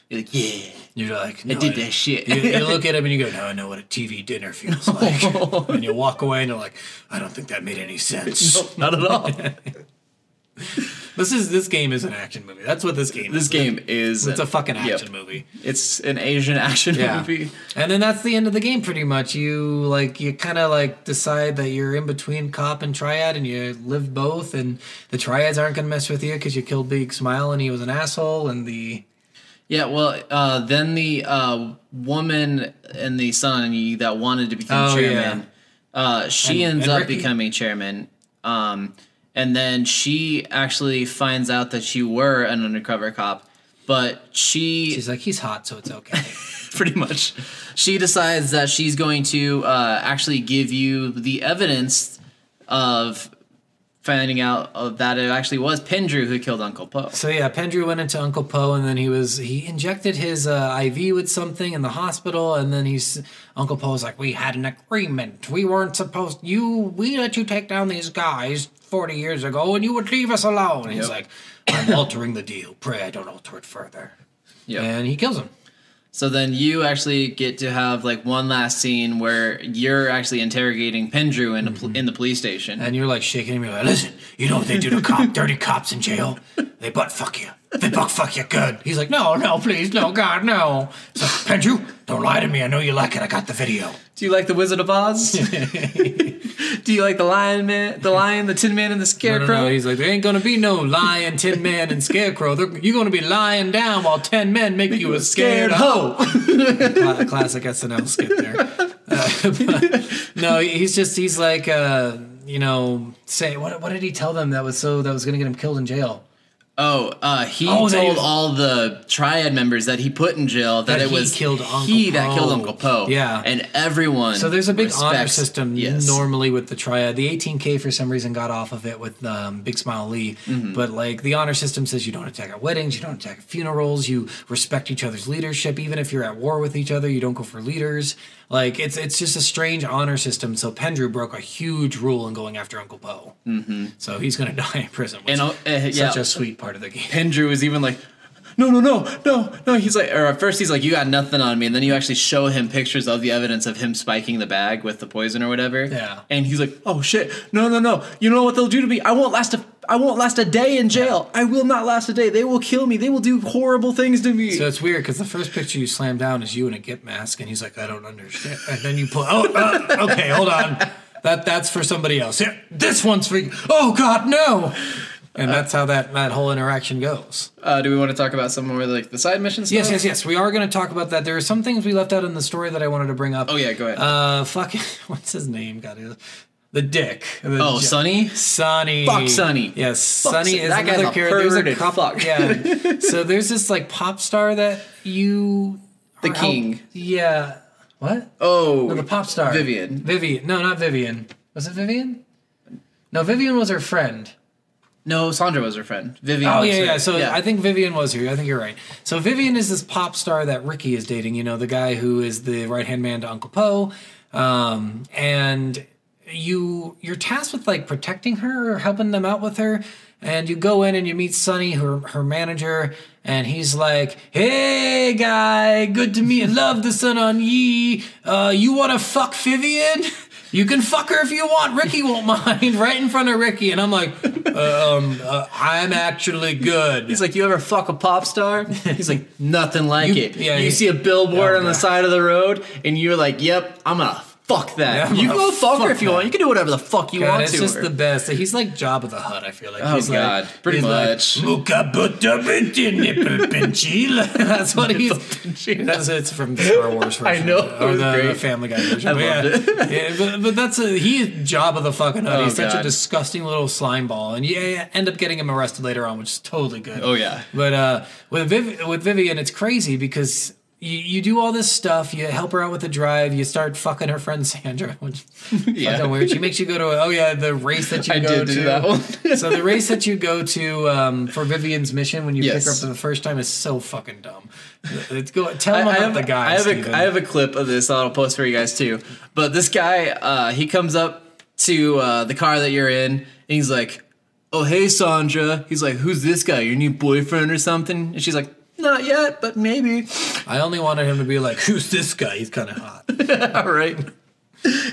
Speaker 1: You're like, yeah,
Speaker 2: you're like no,
Speaker 1: I did that shit.
Speaker 2: You, you look at him and you go, "No, I know what a TV dinner feels like." and you walk away and you're like, "I don't think that made any sense."
Speaker 1: Not at all.
Speaker 2: This is this game is an action movie. That's what this game
Speaker 1: This
Speaker 2: is.
Speaker 1: game is
Speaker 2: It's a fucking
Speaker 1: yep.
Speaker 2: action movie.
Speaker 1: It's an Asian action
Speaker 2: Yeah.
Speaker 1: movie.
Speaker 2: And then that's the end of the game pretty much. You like you kind of like decide that you're in between cop and triad and you live both and the triads aren't going to mess with you cuz you killed Big Smile and he was an asshole and the
Speaker 1: Yeah, well, uh, then the uh, woman and the son you- that wanted to become
Speaker 2: Oh,
Speaker 1: chairman, uh, she
Speaker 2: And-
Speaker 1: ends
Speaker 2: and
Speaker 1: up
Speaker 2: Ricky?
Speaker 1: becoming chairman. Um, and then she actually finds out that you were an undercover cop, but she
Speaker 2: she's like he's hot so it's okay.
Speaker 1: pretty much. She decides that she's going to uh, actually give you the evidence of finding out of that it actually was Pendrew who killed Uncle Poe.
Speaker 2: so yeah, Pendrew went into Uncle Poe and then he was he injected his uh, IV with something in the hospital and then he's Uncle Poe's like we had an agreement. We weren't supposed you we let you take down these guys 40 years ago and you would leave us alone. And he's
Speaker 1: Yep.
Speaker 2: like I'm altering the deal. Pray I don't alter it further.
Speaker 1: Yep.
Speaker 2: and he kills him.
Speaker 1: So then you actually get to have like one last scene where you're actually interrogating Pendrew in, a pl- in the police station.
Speaker 2: Mm-hmm. And you're like shaking him. You're like, listen, you know what they do to cop, dirty cops in jail? They butt fuck you. They butt fuck you good. He's like, no, no, please, no, God, no. So, Pendrew, don't lie to me. I know you like it. I got the video.
Speaker 1: Do you like the Wizard of Oz? Do you like the Lion Man, the Lion, the Tin Man, and the Scarecrow?
Speaker 2: He's like, there ain't gonna be no lion, tin man, and scarecrow. They're, you're gonna be lying down while ten men make you a scared hoe. Cla- classic SNL skit there. Uh, but, no, he's just he's like uh, you know say what what did he tell them that was so that was gonna get him killed in jail?
Speaker 1: Oh, uh, he
Speaker 2: Oh, that he
Speaker 1: told
Speaker 2: was-
Speaker 1: all the triad members that he put in jail that,
Speaker 2: That
Speaker 1: it
Speaker 2: he
Speaker 1: was
Speaker 2: killed
Speaker 1: he
Speaker 2: Uncle
Speaker 1: that killed
Speaker 2: Poe.
Speaker 1: Uncle Poe.
Speaker 2: Yeah.
Speaker 1: and everyone.
Speaker 2: So there's a big honor
Speaker 1: respects-
Speaker 2: system
Speaker 1: Yes.
Speaker 2: normally with the triad. The 18K for some reason got off of it with um, Big Smile Lee,
Speaker 1: Mm-hmm.
Speaker 2: but like the honor system says you don't attack at weddings, you don't attack at funerals, you respect each other's leadership, even if you're at war with each other, you don't go for leaders. Like it's it's just a strange honor system. So Pendrew broke a huge rule in going after Uncle Poe, mm-hmm. so he's gonna die in prison. Which
Speaker 1: And uh, uh, yeah,
Speaker 2: such a sweet part of the game.
Speaker 1: Andrew was even like, no, no, no, no, no. He's like, or at first he's like, you got nothing on me. And then you actually show him pictures of the evidence of him spiking the bag with the poison or whatever.
Speaker 2: Yeah.
Speaker 1: And he's like, oh shit, no, no, no. You know what they'll do to me? I won't last a, I won't last a day in jail. I will not last a day. They will kill me. They will do horrible things to me.
Speaker 2: So it's weird because the first picture you slam down is you in a git mask, and he's like, "I don't understand." And then you pull, "Oh, uh, okay, hold on, that that's for somebody else." Here, this one's for. you. Oh God, no! And that's how that that whole interaction goes.
Speaker 1: uh, do we want to talk about some more like the side missions?
Speaker 2: Yes, yes, yes. We are going to talk about that. There are some things we left out in the story that I wanted to bring up.
Speaker 1: Oh yeah, go ahead.
Speaker 2: Uh, fuck. What's his name? God, he- the dick. The
Speaker 1: oh,
Speaker 2: J-
Speaker 1: Sonny.
Speaker 2: Sonny.
Speaker 1: Fuck Sonny.
Speaker 2: Yes,
Speaker 1: Fuck
Speaker 2: Sonny
Speaker 1: Son-
Speaker 2: is
Speaker 1: that guy's
Speaker 2: another
Speaker 1: a
Speaker 2: character. There's
Speaker 1: pervert
Speaker 2: a
Speaker 1: as
Speaker 2: couple.
Speaker 1: fuck.
Speaker 2: Yeah. so there's this like pop star that you.
Speaker 1: The
Speaker 2: or how-
Speaker 1: king.
Speaker 2: yeah. What?
Speaker 1: Oh,
Speaker 2: No, the pop star.
Speaker 1: Vivian.
Speaker 2: Vivian. No, not Vivian. Was it Vivian? No, Vivian was her friend.
Speaker 1: No, Sandra was her friend. Vivian.
Speaker 2: Oh
Speaker 1: was
Speaker 2: yeah,
Speaker 1: her-
Speaker 2: yeah. So I think Vivian was here. I think you're right. So Vivian is this pop star that Ricky is dating. You know, the guy who is the right hand man to Uncle Poe, um, and you you're tasked with like protecting her or helping them out with her. And you go in and you meet Sonny, her her manager, and he's like, "Hey guy, good to meet. Love the sun on ye. Uh, you want to fuck Vivian?" You can fuck her if you want. Ricky won't mind. Right in front of Ricky, and I'm like, uh, um, uh, I'm actually good.
Speaker 1: He's like, you ever fuck a pop star? He's like, nothing like
Speaker 2: You-
Speaker 1: it.
Speaker 2: yeah,
Speaker 1: you
Speaker 2: he-
Speaker 1: see a billboard
Speaker 2: Oh,
Speaker 1: on the
Speaker 2: God.
Speaker 1: side of the road, and you're like, yep, I'm gonna fuck
Speaker 2: Yeah,
Speaker 1: that.
Speaker 2: I'm
Speaker 1: you
Speaker 2: gonna
Speaker 1: go fuck,
Speaker 2: fuck
Speaker 1: her if you
Speaker 2: that.
Speaker 1: want. You can do whatever the fuck you
Speaker 2: God,
Speaker 1: want
Speaker 2: it's
Speaker 1: to.
Speaker 2: just
Speaker 1: her.
Speaker 2: the best. He's like Job of the Hut. I feel like.
Speaker 1: Oh,
Speaker 2: he's
Speaker 1: God.
Speaker 2: Like,
Speaker 1: Pretty
Speaker 2: he's like,
Speaker 1: much.
Speaker 2: "Muka butter with your nipple pinchila." That's what he's. That's it's from the Star Wars. Version,
Speaker 1: I know, it
Speaker 2: or
Speaker 1: was
Speaker 2: the
Speaker 1: great.
Speaker 2: Family Guy version.
Speaker 1: I
Speaker 2: but
Speaker 1: loved
Speaker 2: yeah, yeah, but, but that's a, he Job of the fucking Hut.
Speaker 1: Oh,
Speaker 2: he's such a
Speaker 1: God.
Speaker 2: disgusting little slime ball, and yeah, yeah, end up getting him arrested later on, which is totally good.
Speaker 1: Oh, yeah.
Speaker 2: But uh, with Viv- with Vivian, it's crazy because you, you do all this stuff. You help her out with the drive. You start fucking her friend Sandra, which
Speaker 1: Yeah.
Speaker 2: yeah. weird. She makes you go to a, oh yeah the race that you
Speaker 1: I
Speaker 2: go
Speaker 1: did
Speaker 2: to.
Speaker 1: do that one.
Speaker 2: so the race that you go to um, for Vivian's mission when you pick her up
Speaker 1: Yes.
Speaker 2: for the first time is so fucking dumb. Let's go tell
Speaker 1: I,
Speaker 2: him
Speaker 1: I
Speaker 2: about
Speaker 1: have,
Speaker 2: the guy.
Speaker 1: I, have
Speaker 2: Steven.
Speaker 1: a, I have a clip of this that I'll post for you guys too. But this guy, uh, he comes up to uh, the car that you're in, and he's like, "Oh hey Sandra." He's like, "Who's this guy? Your new boyfriend or something?" And she's like, "Not yet, but maybe."
Speaker 2: I only wanted him to be like, who's this guy? He's kind of hot. You
Speaker 1: All right.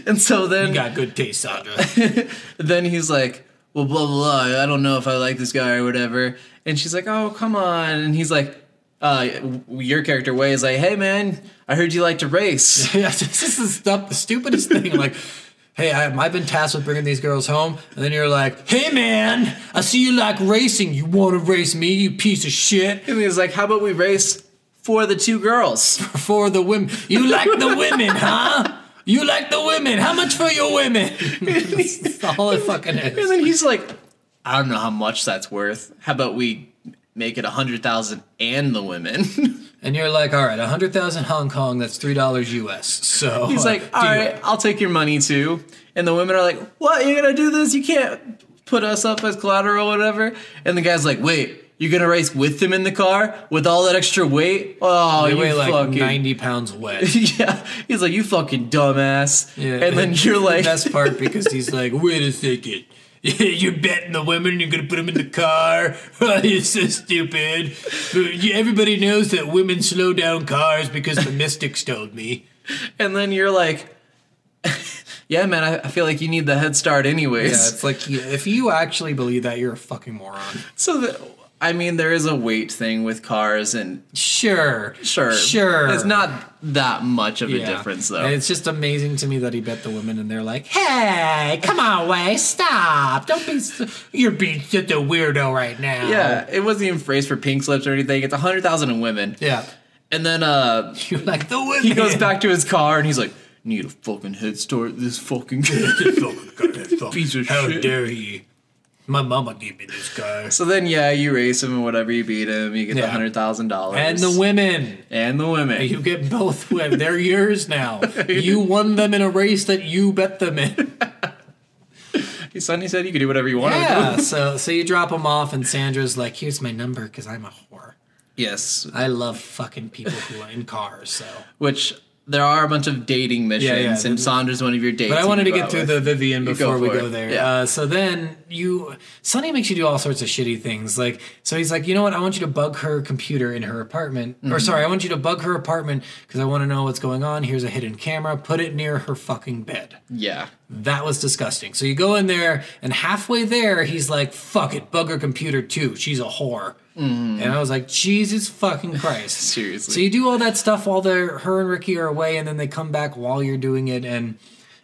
Speaker 1: And so then
Speaker 2: got good taste, Sandra.
Speaker 1: then he's like, well, blah, blah, blah. I don't know if I like this guy or whatever. And she's like, oh, come on. And he's like, uh, w- your character Way is like, hey, man, I heard you like to race.
Speaker 2: yeah, this is the stu- stupidest thing. Like, hey, I, I've been tasked with bringing these girls home, and then you're like, hey man, I see you like racing. You want to race me, you piece of shit?
Speaker 1: And he's like, how about we race for the two girls?
Speaker 2: for the women. You like the women, huh? You like the women. How much for your women? That's all it fucking
Speaker 1: And
Speaker 2: is.
Speaker 1: then he's like, I don't know how much that's worth. How about we make it a 100,000 and the women?
Speaker 2: And you're like, all right, 100,000 Hong Kong, that's $3 US. So
Speaker 1: he's
Speaker 2: uh,
Speaker 1: like, all
Speaker 2: deal."
Speaker 1: right, I'll take your money too. And the women are like, what? You're gonna do this? You can't put us up as collateral, or whatever. And the guy's like, wait, you're gonna race with them in the car with all that extra weight? Oh,
Speaker 2: They
Speaker 1: you
Speaker 2: weigh like
Speaker 1: fucking.
Speaker 2: 90 pounds wet.
Speaker 1: yeah, he's like, you fucking dumbass.
Speaker 2: Yeah.
Speaker 1: And then you're like,
Speaker 2: best part because he's like, wait a second. You're betting the women, you're gonna put them in the car. you're so stupid. Everybody knows that women slow down cars because the mystics told me.
Speaker 1: and then you're like, yeah, man, I, I feel like you need the head start, anyways.
Speaker 2: Yeah, it's like yeah, if you actually believe that, you're a fucking moron.
Speaker 1: So, the, I mean, there is a weight thing with cars, and
Speaker 2: Sure,
Speaker 1: sure,
Speaker 2: sure.
Speaker 1: it's not that much of a difference, though.
Speaker 2: And it's just amazing to me that he bet the women, and they're like, "Hey, come on, way, stop! Don't be, so- you're being such a weirdo right now."
Speaker 1: Yeah, it wasn't even phrased for pink slips or anything. It's 100,000 in women.
Speaker 2: yeah.
Speaker 1: And then uh,
Speaker 2: You're like the women.
Speaker 1: he goes back to his car and he's like, need a fucking head start this fucking
Speaker 2: Fucking God, fuck.
Speaker 1: Piece of
Speaker 2: How
Speaker 1: shit.
Speaker 2: dare he? My mama gave me this guy.
Speaker 1: So then, yeah, you race him and whatever. You beat him. You get the
Speaker 2: Yeah.
Speaker 1: hundred thousand dollars
Speaker 2: And the women.
Speaker 1: and the women.
Speaker 2: You get both women. They're yours now. You won them in a race that you bet them in.
Speaker 1: Sonny said you could do whatever you wanted.
Speaker 2: Yeah. So so you drop them off, and Sandra's like, "Here's my number, because I'm a whore.
Speaker 1: yes,
Speaker 2: I love fucking people who are in cars." So,
Speaker 1: which there are a bunch of dating missions,
Speaker 2: yeah.
Speaker 1: and Sandra's one of your dates.
Speaker 2: but I
Speaker 1: you
Speaker 2: wanted to
Speaker 1: go
Speaker 2: get
Speaker 1: out
Speaker 2: through
Speaker 1: with.
Speaker 2: the Vivian
Speaker 1: go
Speaker 2: before we
Speaker 1: for
Speaker 2: go
Speaker 1: it.
Speaker 2: there.
Speaker 1: Yeah.
Speaker 2: Uh, so then you, Sonny makes you do all sorts of shitty things. Like, so he's like, "You know what? I want you to bug her computer in her apartment,
Speaker 1: Mm-hmm.
Speaker 2: or sorry, I want you to bug her apartment because I want to know what's going on. Here's a hidden camera. Put it near her fucking bed."
Speaker 1: yeah.
Speaker 2: That was disgusting. So you go in there, and halfway there, he's like, fuck it, bug her computer too. She's a whore. And I was like, Jesus fucking
Speaker 1: Mm.
Speaker 2: Christ.
Speaker 1: Seriously.
Speaker 2: So you do all that stuff while they're, her and Ricky are away, and then they come back while you're doing it. And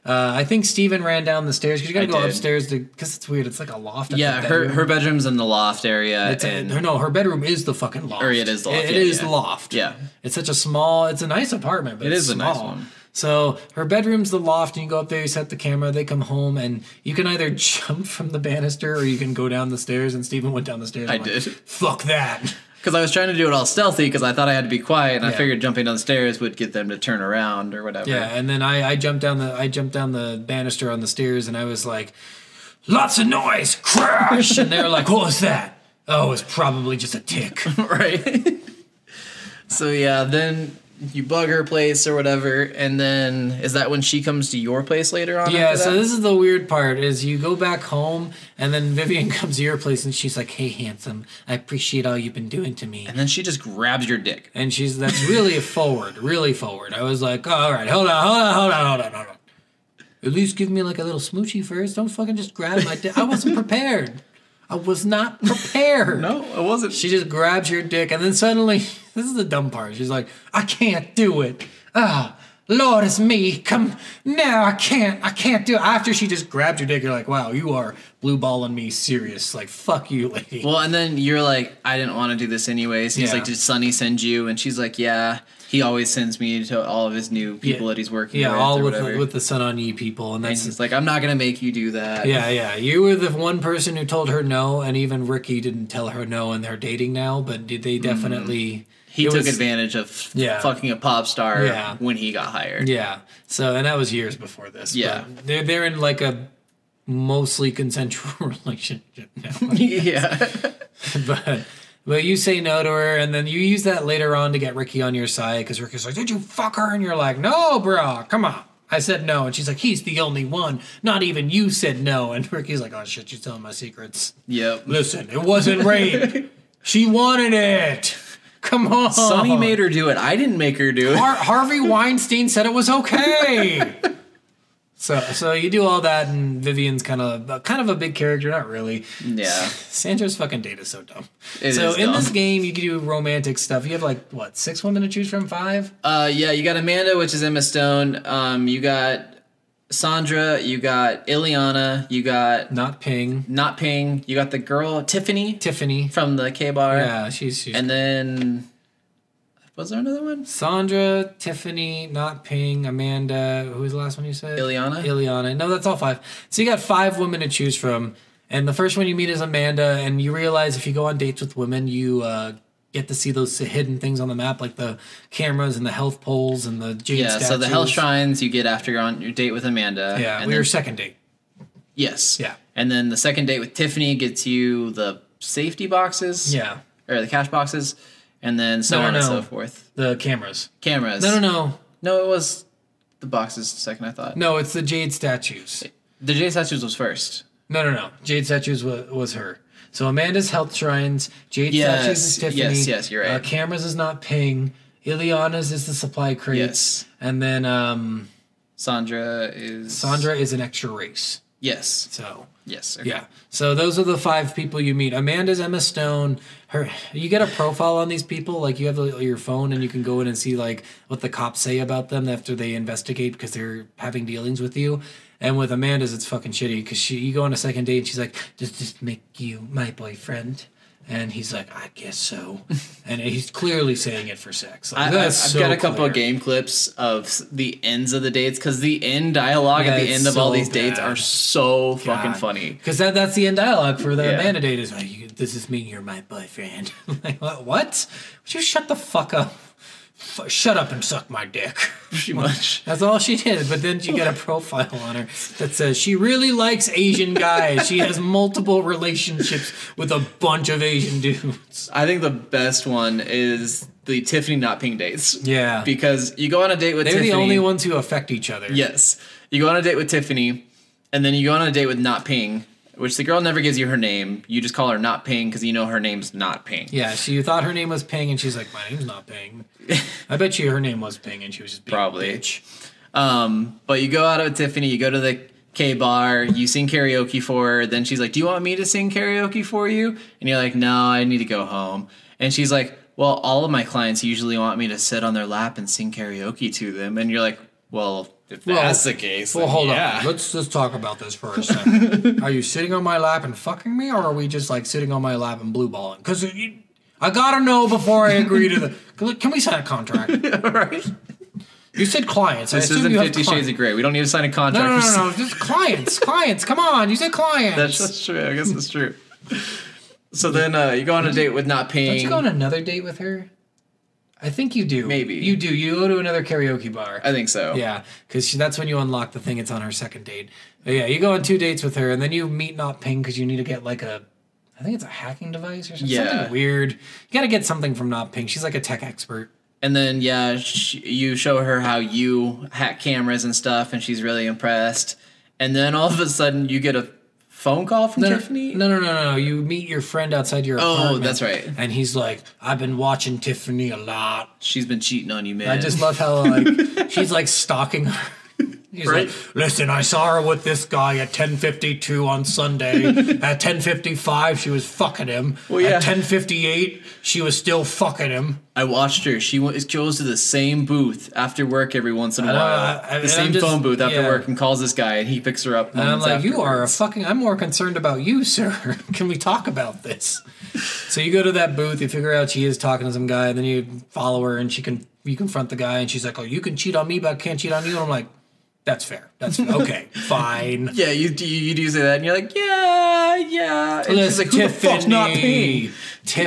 Speaker 2: uh, I think Steven ran down the stairs because you got
Speaker 1: I
Speaker 2: to go
Speaker 1: did.
Speaker 2: upstairs to, because it's weird. It's like a loft. at
Speaker 1: Yeah,
Speaker 2: the
Speaker 1: her
Speaker 2: bedroom.
Speaker 1: her bedroom's in the loft area,
Speaker 2: It's a-
Speaker 1: and
Speaker 2: no, her bedroom is the fucking loft.
Speaker 1: Or it is the loft,
Speaker 2: It, it
Speaker 1: yeah,
Speaker 2: is
Speaker 1: yeah.
Speaker 2: the loft.
Speaker 1: Yeah.
Speaker 2: It's such a small. It's a nice apartment, but
Speaker 1: It
Speaker 2: it's
Speaker 1: is a
Speaker 2: small.
Speaker 1: nice one.
Speaker 2: So her bedroom's the loft, and you go up there, you set the camera, they come home, and you can either jump from the banister or you can go down the stairs. And Stephen went down the stairs.
Speaker 1: I
Speaker 2: I'm like,
Speaker 1: did.
Speaker 2: Fuck that.
Speaker 1: because I was trying to do it all stealthy because I thought I had to be quiet, and I
Speaker 2: Yeah.
Speaker 1: figured jumping down the stairs would get them to turn around or whatever.
Speaker 2: Yeah, and then I, I jumped down the I jumped down the banister on the stairs, and I was like, lots of noise, crash, and they were like, what was that? Oh, it's probably just a tick.
Speaker 1: right? so yeah, then you bug her place or whatever, and then is that when she comes to your place later on?
Speaker 2: Yeah,
Speaker 1: after
Speaker 2: so
Speaker 1: that?
Speaker 2: this is the weird part is you go back home and then Vivian comes to your place and she's like, "Hey handsome, I appreciate all you've been doing to me."
Speaker 1: and then she just grabs your dick.
Speaker 2: And she's that's really forward, really forward. I was like, "All right, hold on, hold on, hold on, hold on, hold on." At least give me like a little smoochie first. Don't fucking just grab my dick. I wasn't prepared. I was not prepared.
Speaker 1: No, it wasn't.
Speaker 2: She just grabs your dick, and then suddenly, this is the dumb part. She's like, I can't do it. Ah, Lord, it's me. Come now, I can't. I can't do it. After she just grabbed your dick, you're like, wow, you are blue balling me serious. Like, fuck you, lady.
Speaker 1: well, and then you're like, I didn't want to do this anyways. He's
Speaker 2: Yeah.
Speaker 1: like, did Sonny send you? And she's like, yeah. He always sends me to all of his new people that he's working
Speaker 2: yeah,
Speaker 1: with
Speaker 2: all
Speaker 1: or
Speaker 2: with
Speaker 1: whatever.
Speaker 2: the, with the Sun on Ye people, and
Speaker 1: and
Speaker 2: that's
Speaker 1: he's like, I'm not gonna make you do that.
Speaker 2: yeah, yeah. You were the one person who told her no, and even Ricky didn't tell her no, and they're dating now. But did they definitely?
Speaker 1: Mm. He
Speaker 2: it
Speaker 1: took
Speaker 2: was-
Speaker 1: advantage of
Speaker 2: Yeah.
Speaker 1: fucking a pop star
Speaker 2: Yeah.
Speaker 1: when he got hired.
Speaker 2: Yeah. So, and that was years before this.
Speaker 1: Yeah.
Speaker 2: But they're they're in like a mostly consensual relationship now.
Speaker 1: yeah.
Speaker 2: but but you say no to her, and then you use that later on to get Ricky on your side because Ricky's like, "Did you fuck her?" And you're like, "No, bro, come on." I said no, and she's like, "He's the only one. Not even you said no." And Ricky's like, "Oh shit, you're telling my secrets."
Speaker 1: yep.
Speaker 2: Listen, it wasn't rape. she wanted it. Come on,
Speaker 1: Sonny made her do it. I didn't make her do it.
Speaker 2: Har- Harvey Weinstein said it was okay. so so you do all that, and Vivian's kind of kind of a big character, not really.
Speaker 1: Yeah.
Speaker 2: Sandra's fucking data is so dumb.
Speaker 1: It
Speaker 2: so
Speaker 1: is
Speaker 2: in this
Speaker 1: dumb.
Speaker 2: game, you can do romantic stuff. You have like what six women to choose from? Five?
Speaker 1: Uh, yeah, you got Amanda, which is Emma Stone. Um, you got Sandra. You got Ileana. You got
Speaker 2: Not Ping.
Speaker 1: not Ping. You got the girl Tiffany
Speaker 2: Tiffany.
Speaker 1: from the K bar.
Speaker 2: Yeah, she's she's.
Speaker 1: And then was there another one?
Speaker 2: Sandra, Tiffany, not Ping, Amanda. Who was the last one you said?
Speaker 1: Ileana?
Speaker 2: Ileana. No, that's all five. So you got five women to choose from, and the first one you meet is Amanda, and you realize if you go on dates with women, you uh, get to see those hidden things on the map, like the cameras and the health poles and the jade
Speaker 1: Yeah. So the
Speaker 2: statues.
Speaker 1: Hell Shrines you get after you're on your date with Amanda.
Speaker 2: Yeah,
Speaker 1: And
Speaker 2: we
Speaker 1: then-
Speaker 2: were second date.
Speaker 1: yes.
Speaker 2: Yeah.
Speaker 1: And then the second date with Tiffany gets you the safety boxes.
Speaker 2: Yeah,
Speaker 1: Or the cash boxes, and then so
Speaker 2: No,
Speaker 1: on and
Speaker 2: no.
Speaker 1: so forth.
Speaker 2: the cameras.
Speaker 1: Cameras.
Speaker 2: No, no, no,
Speaker 1: No, it was the boxes second. I thought
Speaker 2: no. It's the jade statues.
Speaker 1: the J statues was first.
Speaker 2: No, no, no. Jade statues was, was her. So Amanda's health shrines. Jade
Speaker 1: Yes,
Speaker 2: statues is Tiffany.
Speaker 1: yes, yes, you're right.
Speaker 2: Uh, cameras is not Ping. Ileana's is the supply crates.
Speaker 1: Yes.
Speaker 2: And then um,
Speaker 1: Sandra is
Speaker 2: Sandra is an extra race.
Speaker 1: Yes,
Speaker 2: So
Speaker 1: yes. okay.
Speaker 2: yeah. So those are the five people you meet. Amanda's Emma Stone. Her, you get a profile on these people. Like you have the, your phone, and you can go in and see like what the cops say about them after they investigate because they're having dealings with you. And with Amanda's, it's fucking shitty because she you go on a second date and she's like, "Does this make you my boyfriend?" And he's like, I guess so. And he's clearly saying it for sex. Like,
Speaker 1: I, have
Speaker 2: that's so
Speaker 1: got a couple
Speaker 2: clear.
Speaker 1: of game clips of s- the ends of the dates because the end dialogue at the
Speaker 2: That's
Speaker 1: end of all
Speaker 2: so
Speaker 1: these dates
Speaker 2: bad.
Speaker 1: are so fucking funny.
Speaker 2: Because that, that's the end dialogue for the
Speaker 1: Yeah.
Speaker 2: Amanda date is, "Oh, you, does this mean you're my boyfriend? like, what? what? Would you shut the fuck up? F- shut up and suck my dick.
Speaker 1: Pretty much.
Speaker 2: That's all she did. But then you get a profile on her that says she really likes Asian guys. she has multiple relationships with a bunch of Asian dudes.
Speaker 1: I think the best one is the Tiffany not ping dates.
Speaker 2: Yeah.
Speaker 1: Because you go on a date with
Speaker 2: They're
Speaker 1: Tiffany.
Speaker 2: the only ones who affect each other.
Speaker 1: Yes. You go on a date with Tiffany, and then you go on a date with Not Ping, which the girl never gives you her name. You just call her Not Ping because you know her name's Not Ping.
Speaker 2: Yeah, she thought her name was Ping, and she's like, "My name's not Ping." I bet you her name was Ping, and she was just being
Speaker 1: Probably.
Speaker 2: A bitch.
Speaker 1: Um, but you go out with Tiffany, you go to the K bar, you sing karaoke for her. Then she's like, Do you want me to sing karaoke for you? And you're like, No, I need to go home. And she's like, Well, all of my clients usually want me to sit on their lap and sing karaoke to them. And you're like, Well, if
Speaker 2: Well-
Speaker 1: that's the case,
Speaker 2: Well,
Speaker 1: then
Speaker 2: hold
Speaker 1: yeah.
Speaker 2: on. Let's let's talk about this for a second. are you sitting on my lap and fucking me, or are we just like sitting on my lap and blue balling? Because I gotta know before I agree to the. 'cause Can we sign a contract?
Speaker 1: right?
Speaker 2: You said clients.
Speaker 1: This isn't Fifty Shades of Grey. We don't need to sign a contract.
Speaker 2: No, no,
Speaker 1: for
Speaker 2: no, no, just clients, clients. Come on, you said clients.
Speaker 1: That's, that's true. I guess that's true. So then uh, you go on a date with not paying.
Speaker 2: Don't you go on another date with her? I think you do.
Speaker 1: Maybe.
Speaker 2: you do. You go to another karaoke bar.
Speaker 1: I think so.
Speaker 2: Yeah, because that's when you unlock the thing. It's on her second date. But yeah, you go on two dates with her, and then you meet not Ping because you need to get like a, I think it's a hacking device or something,
Speaker 1: Yeah.
Speaker 2: something weird. You got to get something from not Ping. She's like a tech expert.
Speaker 1: And then yeah, sh- you show her how you hack cameras and stuff, and she's really impressed. And then all of a sudden, you get a phone call from
Speaker 2: No,
Speaker 1: Tiffany.
Speaker 2: No, no, no, no, no. You meet your friend outside your
Speaker 1: Oh,
Speaker 2: apartment.
Speaker 1: that's right.
Speaker 2: And he's like, I've been watching Tiffany a lot.
Speaker 1: She's been cheating on you, man.
Speaker 2: I just love how like she's like stalking her. He's
Speaker 1: Right.
Speaker 2: like, listen, I saw her with this guy at 10:52 on Sunday. at 10:55, she was fucking him.
Speaker 1: Well, yeah.
Speaker 2: At 10:58, she was still fucking him.
Speaker 1: I watched her. She went, goes to the same booth after work every once in a while.
Speaker 2: I- I-
Speaker 1: the
Speaker 2: Uh, I'm
Speaker 1: same
Speaker 2: just-
Speaker 1: phone booth after
Speaker 2: yeah.
Speaker 1: work, and calls this guy, and he picks her up.
Speaker 2: And I'm
Speaker 1: moments
Speaker 2: like, you are a
Speaker 1: afterwards.
Speaker 2: fucking. I'm more concerned about you, sir. Can we talk about this? So you go to that booth, you figure out she is talking to some guy, and then you follow her, and she can you confront the guy, and she's like, "Oh, you can cheat on me, but I can't cheat on you." And I'm like, "That's fair. That's okay. fine."
Speaker 1: Yeah, you, you you do say that, and you're like, yeah, yeah. And she's like, who the fuck's not paying?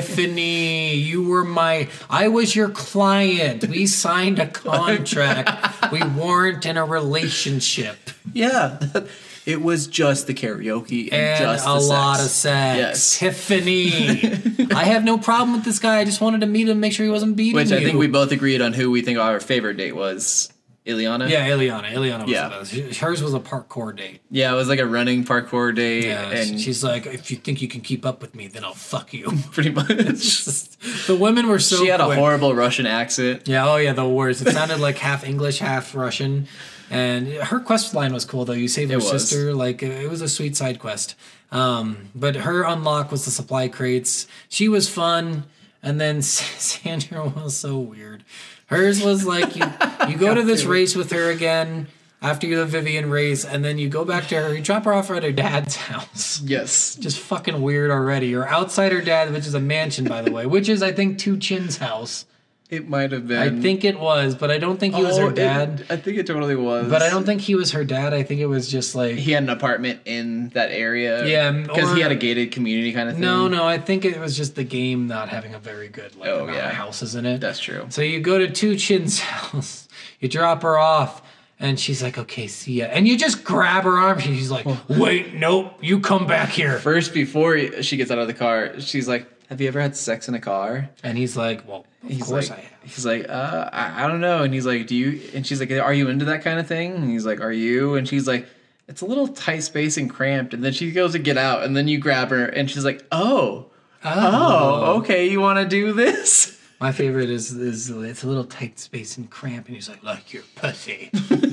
Speaker 2: Tiffany, you were my. I was your client. We signed a contract. we weren't in a relationship.
Speaker 1: Yeah, it was just the karaoke and,
Speaker 2: And
Speaker 1: just
Speaker 2: a
Speaker 1: the
Speaker 2: lot of
Speaker 1: sex.
Speaker 2: sex.
Speaker 1: Yes.
Speaker 2: Tiffany, I have no problem with this guy. I just wanted to meet him, make sure he wasn't beating
Speaker 1: Which
Speaker 2: you.
Speaker 1: I think we both agreed on who we think our favorite date was. Ileana.
Speaker 2: Yeah, Ileana. Ileana was
Speaker 1: Yeah.
Speaker 2: the best. Hers was a parkour date.
Speaker 1: yeah, it was like a running parkour date,
Speaker 2: Yeah,
Speaker 1: and
Speaker 2: she's like, if you think you can keep up with me, then I'll fuck you.
Speaker 1: pretty much
Speaker 2: the women were so.
Speaker 1: she had a
Speaker 2: quick.
Speaker 1: horrible Russian accent.
Speaker 2: Yeah, oh yeah, the worst. It sounded like half English, half Russian. And her quest line was cool though. You save her
Speaker 1: was.
Speaker 2: sister, like it was a sweet side quest. Um, but her unlock was the supply crates. She was fun, and then Sandra was so weird. Hers was like you you go to this race with her again after the Vivian race, and then you go back to her. You drop her off at her dad's house.
Speaker 1: Yes,
Speaker 2: Just fucking weird already. Or outside her dad, which is a mansion by the way, which is I think Two Chin's house.
Speaker 1: it might have been. Oh,
Speaker 2: I think it was, but I don't think he was her dad.
Speaker 1: I think it totally was.
Speaker 2: but I don't think he was her dad. I think it was just like
Speaker 1: He had an apartment in that area.
Speaker 2: Yeah,
Speaker 1: because he
Speaker 2: or-
Speaker 1: had a gated community kind of thing.
Speaker 2: no, no. I think it was just the game not having a very good like
Speaker 1: Oh,
Speaker 2: amount
Speaker 1: yeah.
Speaker 2: of houses in it.
Speaker 1: that's true.
Speaker 2: so you go to two Chin's house, you drop her off, and she's like, "Okay, see ya," and you just grab her arm. She's like, "Wait, nope, you come back here."
Speaker 1: First, before she gets out of the car, she's like, "Have you ever had sex in a car?"
Speaker 2: And he's like, "Well, of
Speaker 1: He's
Speaker 2: course
Speaker 1: like,
Speaker 2: I have."
Speaker 1: He's like, uh, I, I don't know. And he's like, do you? And she's like, are you into that kind of thing? And he's like, are you? And she's like, it's a little tight space and cramped. And then she goes to get out, and then you grab her, and she's like, oh,
Speaker 2: Uh-huh.
Speaker 1: oh, okay, you want to do this?
Speaker 2: My favorite is is it's a little tight space and cramp, and he's like, like your pussy.
Speaker 1: Uh.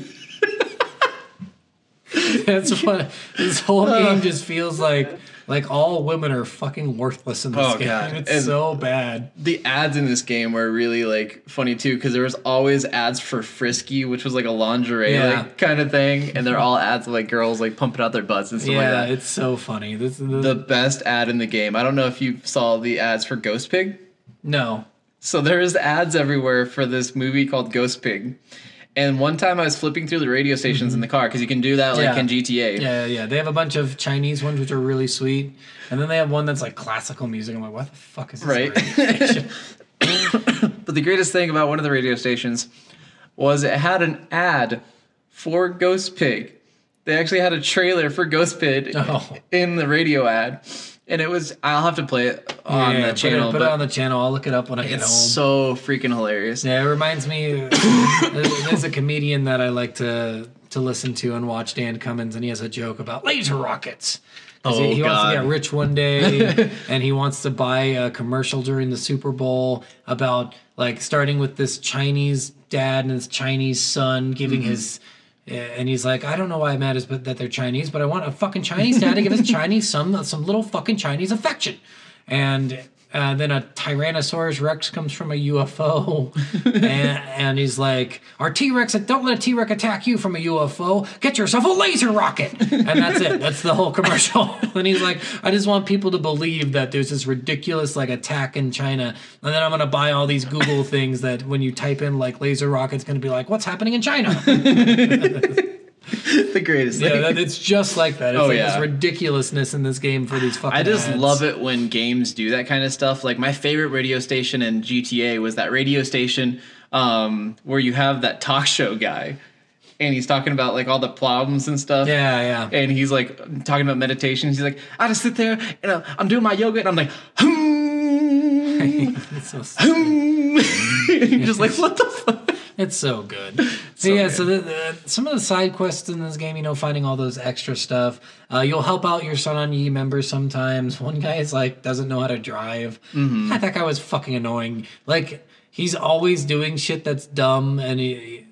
Speaker 2: That's what this whole game just feels like. Like all women are fucking worthless in this
Speaker 1: Oh,
Speaker 2: game.
Speaker 1: God.
Speaker 2: It's
Speaker 1: And- Oh
Speaker 2: so bad.
Speaker 1: the ads in this game were really like funny too because there was always ads for frisky which was like a lingerie
Speaker 2: Yeah.
Speaker 1: like kind of thing and they're all ads of like girls like pumping out their butts and stuff
Speaker 2: yeah,
Speaker 1: like that
Speaker 2: it's so funny. This, this
Speaker 1: the best ad in the game i don't know if you saw the ads for ghost pig
Speaker 2: no.
Speaker 1: so there's ads everywhere for this movie called ghost pig and one time i was flipping through the radio stations in the car because you can do that like
Speaker 2: Yeah.
Speaker 1: in gta
Speaker 2: Yeah, yeah, yeah. They have a bunch of Chinese ones which are really sweet, and then they have one that's like classical music. I'm like, what the fuck is this?
Speaker 1: Right.
Speaker 2: radio station?
Speaker 1: But the greatest thing about one of the radio stations was it had an ad for Ghost Pig. They actually had a trailer for Ghost Pig
Speaker 2: Oh.
Speaker 1: in the radio ad, and it was I'll have to play it on
Speaker 2: Yeah,
Speaker 1: the channel,
Speaker 2: Put it,
Speaker 1: but
Speaker 2: put it on the channel. I'll look it up when I get
Speaker 1: it's
Speaker 2: home.
Speaker 1: so freaking hilarious.
Speaker 2: Yeah, it reminds me. uh, there's a comedian that I like to to listen to and watch, Dan Cummins, and he has a joke about laser rockets. 'Cause
Speaker 1: Oh,
Speaker 2: he, he wants
Speaker 1: God.
Speaker 2: to get rich one day, and he wants to buy a commercial during the Super Bowl about like starting with this Chinese dad and his Chinese son giving
Speaker 1: Mm-hmm.
Speaker 2: his. eh, And he's like, I don't know why it matters, but that they're Chinese, but I want a fucking Chinese dad to give his Chinese son some little fucking Chinese affection and uh, then a Tyrannosaurus Rex comes from a UFO, and, and he's like, "Our T Rex, don't let a T Rex attack you from a UFO. Get yourself a laser rocket." And that's it. That's the whole commercial. and he's like, "I just want people to believe that there's this ridiculous like attack in China, and then I'm gonna buy all these Google things that when you type in like laser rocket, it's gonna be like, what's happening in China?"
Speaker 1: The greatest
Speaker 2: yeah,
Speaker 1: thing.
Speaker 2: that, it's just like that. It's
Speaker 1: Oh,
Speaker 2: like
Speaker 1: yeah.
Speaker 2: this ridiculousness in this game for these fucking.
Speaker 1: I just
Speaker 2: ads.
Speaker 1: love it when games do that kind of stuff. Like my favorite radio station in GTA was that radio station um, where you have that talk show guy, and he's talking about like all the problems and stuff.
Speaker 2: Yeah, yeah.
Speaker 1: and he's like talking about meditations. He's like, I just sit there and uh, I'm doing my yoga and I'm like, hmm,
Speaker 2: It's so
Speaker 1: hmm. You're just like, what the fuck?
Speaker 2: It's so good. So yeah, so the, the, some of the side quests in this game, you know, finding all those extra stuff. Uh, you'll help out your Son on Yi members sometimes. One guy is like doesn't know how to drive. God, that guy was fucking annoying. Like he's always doing shit that's dumb, and he,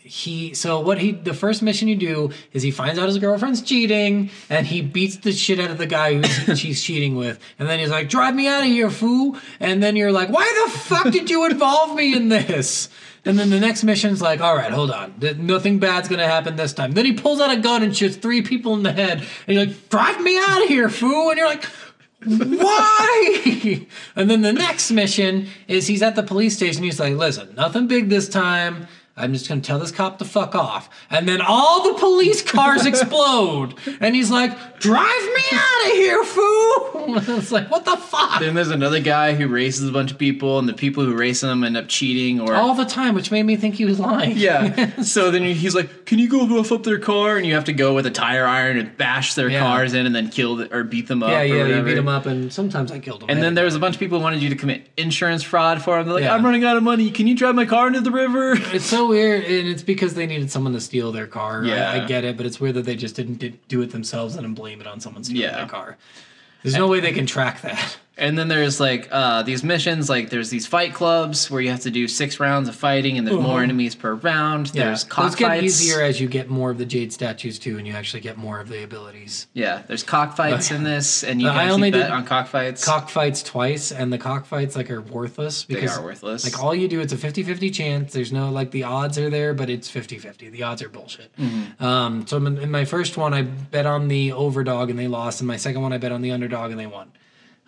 Speaker 2: he. So what he the first mission you do is he finds out his girlfriend's cheating, and he beats the shit out of the guy who she's cheating with, and then he's like, "Drive me out of here, fool!" And then you're like, "Why the fuck did you involve me in this?" And then the next mission's like, all right, hold on. Th- Nothing bad's gonna happen this time. Then he pulls out a gun and shoots three people in the head. And you're like, drive me out of here, fool. And you're like, why? and then the next mission is he's at the police station. He's like, listen, nothing big this time. I'm just gonna tell this cop to fuck off. And then all the police cars explode. And he's like, drive me out of here, fool. it's like, what the fuck?
Speaker 1: Then there's another guy who races a bunch of people, and the people who race him end up cheating or.
Speaker 2: all the time, which made me think he was lying.
Speaker 1: Yeah. So then he's like, "Can you go rough up their car?" And you have to go with a tire iron and bash their
Speaker 2: Yeah.
Speaker 1: cars in, and then kill the, or beat them up.
Speaker 2: Yeah,
Speaker 1: or
Speaker 2: yeah, you
Speaker 1: whatever.
Speaker 2: beat him up, and sometimes I killed him.
Speaker 1: And then there was a bunch of people who wanted you to commit insurance fraud for them. They're like,
Speaker 2: Yeah.
Speaker 1: "I'm running out of money. Can you drive my car into the river?"
Speaker 2: it's so weird, and it's because they needed someone to steal their car.
Speaker 1: Yeah.
Speaker 2: I, I get it, but it's weird that they just didn't di- do it themselves and then blame it on someone stealing
Speaker 1: Yeah.
Speaker 2: their car. There's no way they can track that.
Speaker 1: And then there's like uh, these missions, like there's these fight clubs where you have to do six rounds of fighting, and there's more enemies per round. There's
Speaker 2: those get
Speaker 1: cockfights.
Speaker 2: easier as you get more of the jade statues too, and you actually get more of the abilities.
Speaker 1: Yeah, there's cockfights
Speaker 2: Oh, yeah.
Speaker 1: in this, and you
Speaker 2: Uh,
Speaker 1: can
Speaker 2: I
Speaker 1: actually
Speaker 2: only
Speaker 1: bet
Speaker 2: did
Speaker 1: on cockfights.
Speaker 2: Cockfights twice, and the cockfights like are worthless
Speaker 1: they
Speaker 2: because
Speaker 1: are worthless.
Speaker 2: Like all you do, it's a 50-50 chance. There's no like the odds are there, but it's 50-50. The odds are bullshit.
Speaker 1: Mm-hmm.
Speaker 2: Um, so in, in my first one, I bet on the overdog and they lost. In my second one, I bet on the underdog and they won.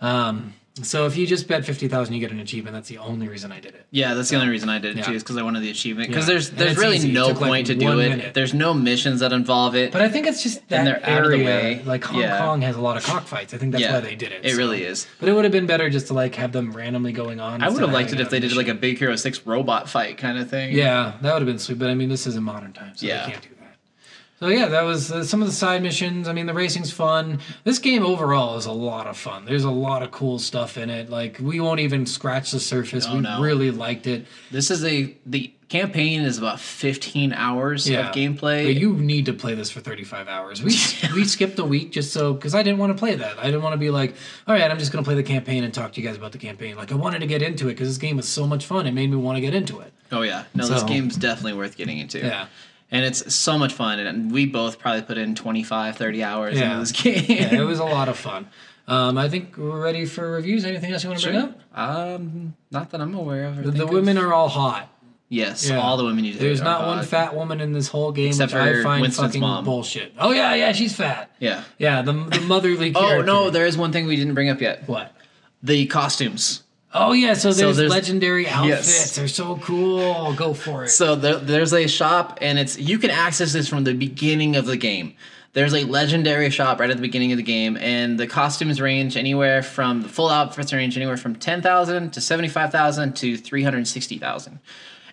Speaker 2: Um, so if you just bet fifty thousand, you get an achievement. That's the only reason I did it.
Speaker 1: yeah, that's the only reason I did it
Speaker 2: Yeah.
Speaker 1: too, is because I wanted the achievement. Because
Speaker 2: Yeah.
Speaker 1: there's
Speaker 2: And
Speaker 1: there's
Speaker 2: it's
Speaker 1: really
Speaker 2: easy. It
Speaker 1: no
Speaker 2: took, like,
Speaker 1: point to do
Speaker 2: one
Speaker 1: it.
Speaker 2: minute.
Speaker 1: There's no missions that involve it.
Speaker 2: But I think it's just that
Speaker 1: And they're
Speaker 2: area.
Speaker 1: out of the way.
Speaker 2: Like Hong
Speaker 1: Yeah.
Speaker 2: Kong has a lot of cockfights. I think that's
Speaker 1: yeah,
Speaker 2: why they did it.
Speaker 1: It
Speaker 2: so.
Speaker 1: really is.
Speaker 2: But it would have been better just to like have them randomly going on.
Speaker 1: I would
Speaker 2: instead
Speaker 1: have
Speaker 2: of
Speaker 1: liked it
Speaker 2: having
Speaker 1: if they did
Speaker 2: automation.
Speaker 1: like a Big Hero Six robot fight kind of thing.
Speaker 2: Yeah, that would have been sweet. But I mean, this is in modern times, so
Speaker 1: Yeah.
Speaker 2: they can't do that. So yeah, that was uh, some of the side missions. I mean, the racing's fun. This game overall is a lot of fun. There's a lot of cool stuff in it. Like we won't even scratch the surface. we
Speaker 1: Oh, no.
Speaker 2: really liked it.
Speaker 1: This is a the campaign is about 15 hours
Speaker 2: Yeah.
Speaker 1: of gameplay.
Speaker 2: But you need to play this for 35 hours. We we skipped a week just so because I didn't want to play that. I didn't want to be like, all right, I'm just gonna play the campaign and talk to you guys about the campaign. Like I wanted to get into it because this game was so much fun. It made me want to get into it.
Speaker 1: Oh yeah, no, this
Speaker 2: So-
Speaker 1: game's definitely worth getting into.
Speaker 2: Yeah.
Speaker 1: and it's so much fun, and we both probably put in 25, 30 hours
Speaker 2: Yeah.
Speaker 1: into this game.
Speaker 2: yeah, it was a lot of fun. Um, I think we're ready for reviews. Anything else you want to bring up?
Speaker 1: Um, not that I'm aware of. or
Speaker 2: The, the
Speaker 1: think of.
Speaker 2: women are all hot.
Speaker 1: Yes,
Speaker 2: Yeah.
Speaker 1: all the women you did.
Speaker 2: There's
Speaker 1: are
Speaker 2: not one
Speaker 1: hot.
Speaker 2: fat woman in this whole game,
Speaker 1: Except
Speaker 2: which I
Speaker 1: for
Speaker 2: find
Speaker 1: Winston's
Speaker 2: fucking
Speaker 1: mom.
Speaker 2: bullshit. Oh yeah, yeah, she's fat.
Speaker 1: Yeah.
Speaker 2: Yeah, the, the motherly.
Speaker 1: Oh
Speaker 2: character.
Speaker 1: no, there is one thing we didn't bring up yet.
Speaker 2: What?
Speaker 1: The costumes.
Speaker 2: Oh yeah, so there's,
Speaker 1: there's-
Speaker 2: legendary outfits.
Speaker 1: Yes.
Speaker 2: They're so cool. Go for it.
Speaker 1: So there, there's a shop, and it's you can access this from the beginning of the game. There's a legendary shop right at the beginning of the game, and the costumes range anywhere from the full outfits range anywhere from ten thousand to seventy five thousand to three hundred sixty thousand.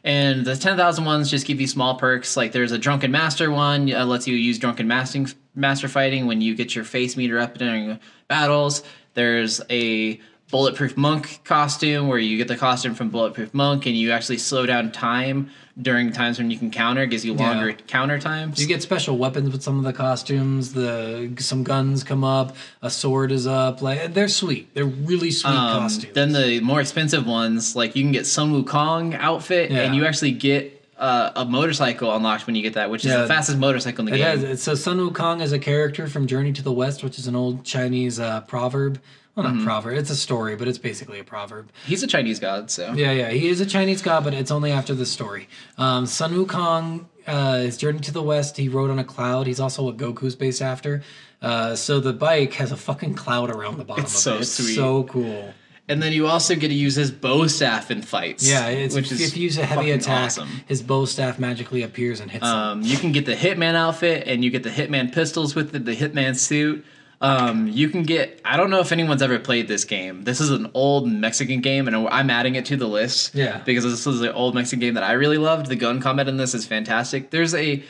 Speaker 1: And the ten thousand ones just give you small perks. Like there's a drunken master one uh, lets you use drunken masting, master fighting when you get your face meter up during battles. There's a bulletproof monk costume where you get the costume from bulletproof monk and you actually slow down time during times when you can counter gives you longer
Speaker 2: Yeah.
Speaker 1: counter times
Speaker 2: You get special weapons with some of the costumes. The some guns come up. A sword is up. Like they're sweet. They're really sweet
Speaker 1: Um,
Speaker 2: costumes.
Speaker 1: then the more expensive ones like you can get sun wukong outfit
Speaker 2: Yeah.
Speaker 1: and you actually get uh, a motorcycle unlocked when you get that which is
Speaker 2: Yeah.
Speaker 1: the fastest motorcycle in the
Speaker 2: It
Speaker 1: game
Speaker 2: has. It's, so Sun Wukong is a character from Journey to the West, which is an old Chinese uh, proverb. Well,
Speaker 1: Mm-hmm.
Speaker 2: not proverb. It's a story, but it's basically a proverb.
Speaker 1: he's a chinese god so
Speaker 2: Yeah, yeah. He is a Chinese god, but it's only after the story. Um, Sun Wukong, uh, his journey to the west, he rode on a cloud. He's also what Goku's based after. Uh, so the bike has a fucking cloud around the bottom
Speaker 1: It's
Speaker 2: of
Speaker 1: so
Speaker 2: it. It's
Speaker 1: sweet.
Speaker 2: so cool.
Speaker 1: and then you also get to use his bow staff in fights
Speaker 2: Yeah, it's,
Speaker 1: which is
Speaker 2: if you use a heavy
Speaker 1: fucking
Speaker 2: attack,
Speaker 1: awesome.
Speaker 2: his bow staff magically appears and hits him.
Speaker 1: Um, you can get the Hitman outfit and you get the Hitman pistols with it, the Hitman suit. Um, you can get, I don't know if anyone's ever played this game. This is an old Mexican game and I'm adding it to the list.
Speaker 2: Yeah.
Speaker 1: Because this was an old Mexican game that I really loved. The gun combat in this is fantastic. There's a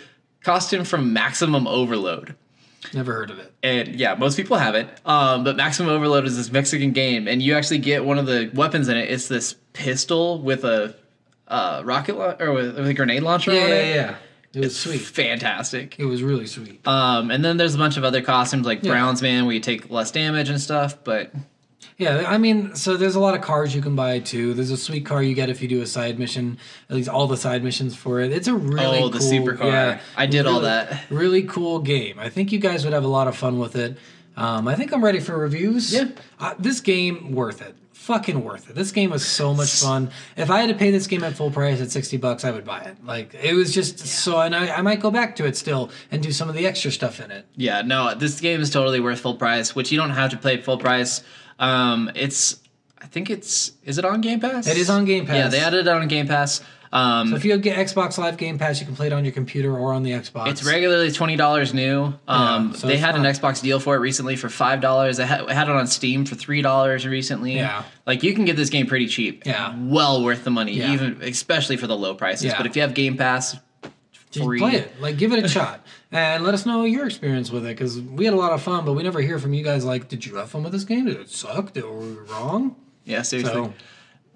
Speaker 1: costume from Maximum Overload
Speaker 2: Never heard of it.
Speaker 1: and yeah, most people haven't. Um, but Maximum Overload is this Mexican game, and you actually get one of the weapons in it. It's this pistol with a uh, rocket la- or with, with a grenade launcher
Speaker 2: Yeah,
Speaker 1: on
Speaker 2: yeah,
Speaker 1: it.
Speaker 2: yeah. It was
Speaker 1: It's
Speaker 2: sweet.
Speaker 1: fantastic.
Speaker 2: It was really sweet.
Speaker 1: Um, and then there's a bunch of other costumes like Brown's Man, where you take less damage and stuff. But
Speaker 2: Yeah, I mean, so there's a lot of cars you can buy too. There's a sweet car you get if you do a side mission, at least all the side missions for it. It's a really
Speaker 1: Oh, the
Speaker 2: cool-
Speaker 1: supercar.
Speaker 2: Yeah,
Speaker 1: I did all
Speaker 2: really-
Speaker 1: that.
Speaker 2: Really cool game. I think you guys would have a lot of fun with it. Um, I think I'm ready for reviews.
Speaker 1: Yeah.
Speaker 2: Uh, this game worth it. Fucking worth it. This game was so much fun. If I had to pay this game at full price at 60 bucks, I would buy it. Like it was just so and I, I might go back to it still and do some of the extra stuff in it.
Speaker 1: yeah, no, this game is totally worth full price, which you don't have to play at full price. Um, it's, I think it's, is it on Game Pass?
Speaker 2: It is on Game
Speaker 1: Yeah,
Speaker 2: Pass.
Speaker 1: they added it on Game Pass. Um,
Speaker 2: If you get Xbox Live Game Pass, you can play it on your computer or on the Xbox.
Speaker 1: It's regularly twenty dollars new. Um,
Speaker 2: so
Speaker 1: they
Speaker 2: it's
Speaker 1: had an
Speaker 2: not-
Speaker 1: Xbox deal for it recently for five dollars. They ha- had it on Steam for three dollars recently.
Speaker 2: Yeah.
Speaker 1: like you can get this game pretty cheap.
Speaker 2: Yeah.
Speaker 1: well worth the money,
Speaker 2: Yeah.
Speaker 1: even especially for the low prices.
Speaker 2: Yeah.
Speaker 1: But if you have Game Pass,
Speaker 2: Just
Speaker 1: free.
Speaker 2: play it. Like, give it a shot. And let us know your experience with it because we had a lot of fun, but we never hear from you guys like, did you have fun with this game? Did it suck? Did, were we wrong?
Speaker 1: yeah, seriously,
Speaker 2: So,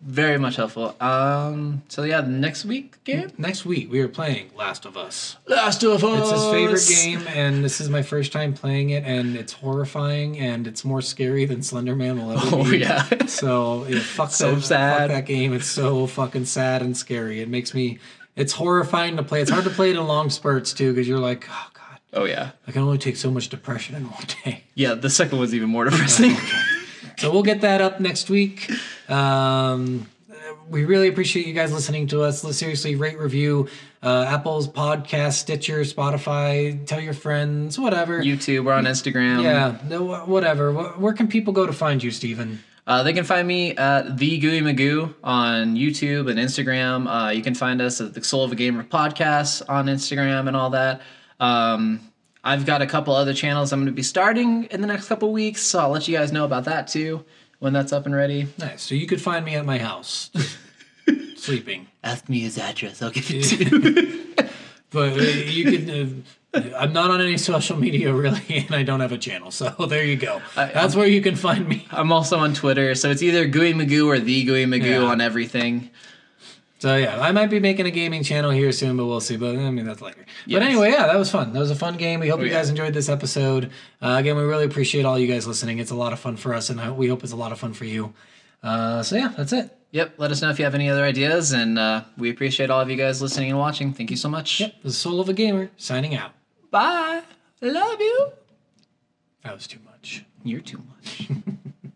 Speaker 1: very much helpful. Um, so yeah, next week game.
Speaker 2: next week we are playing Last of Us.
Speaker 1: Last of Us.
Speaker 2: It's his favorite game, and this is my first time playing it, and it's horrifying, and it's more scary than Slender Man will ever
Speaker 1: Oh
Speaker 2: be.
Speaker 1: yeah.
Speaker 2: So it fucks
Speaker 1: So
Speaker 2: that,
Speaker 1: sad.
Speaker 2: Fuck that game. It's so fucking sad and scary. It makes me. It's horrifying to play. It's hard to play it in long spurts too, because you're like, oh god,
Speaker 1: oh yeah.
Speaker 2: I can only take so much depression in one day.
Speaker 1: Yeah, the second one's even more depressing.
Speaker 2: So we'll get that up next week. Um, uh, we really appreciate you guys listening to us. Let's Seriously, rate, review, uh, Apple's podcast, Stitcher, Spotify. Tell your friends, whatever.
Speaker 1: YouTube, we're on Instagram.
Speaker 2: yeah, no, wha- whatever. Wh- Where can people go to find you, Steven?
Speaker 1: Uh, they can find me at the Gooey Magoo on YouTube and Instagram. Uh, you can find us at the Soul of a Gamer podcast on Instagram and all that. Um, I've got a couple other channels I'm going to be starting in the next couple weeks, so I'll let you guys know about that too when that's up and ready.
Speaker 2: Nice. So you could find me at my house, sleeping.
Speaker 1: Ask me his address. I'll give it to you.
Speaker 2: But uh, you could. Uh, I'm not on any social media really, and I don't have a channel. So there you go. That's where you can find me.
Speaker 1: I'm also on Twitter, so it's either Gooey Magoo or the Gooey Magoo
Speaker 2: Yeah.
Speaker 1: on everything.
Speaker 2: So yeah, I might be making a gaming channel here soon, but we'll see. But I mean, that's later.
Speaker 1: Yes. Oh,
Speaker 2: But anyway, yeah, that was fun. That was a fun game. We hope you
Speaker 1: yeah.
Speaker 2: guys enjoyed this episode. Uh, again, we really appreciate all you guys listening. It's a lot of fun for us, and I- we hope it's a lot of fun for you. Uh, so yeah, that's it.
Speaker 1: Yep, let us know if you have any other ideas, and uh, we appreciate all of you guys listening and watching. Thank you so much.
Speaker 2: The Soul of a Gamer signing out.
Speaker 1: Bye. Love you.
Speaker 2: That was too much.
Speaker 1: You're too much.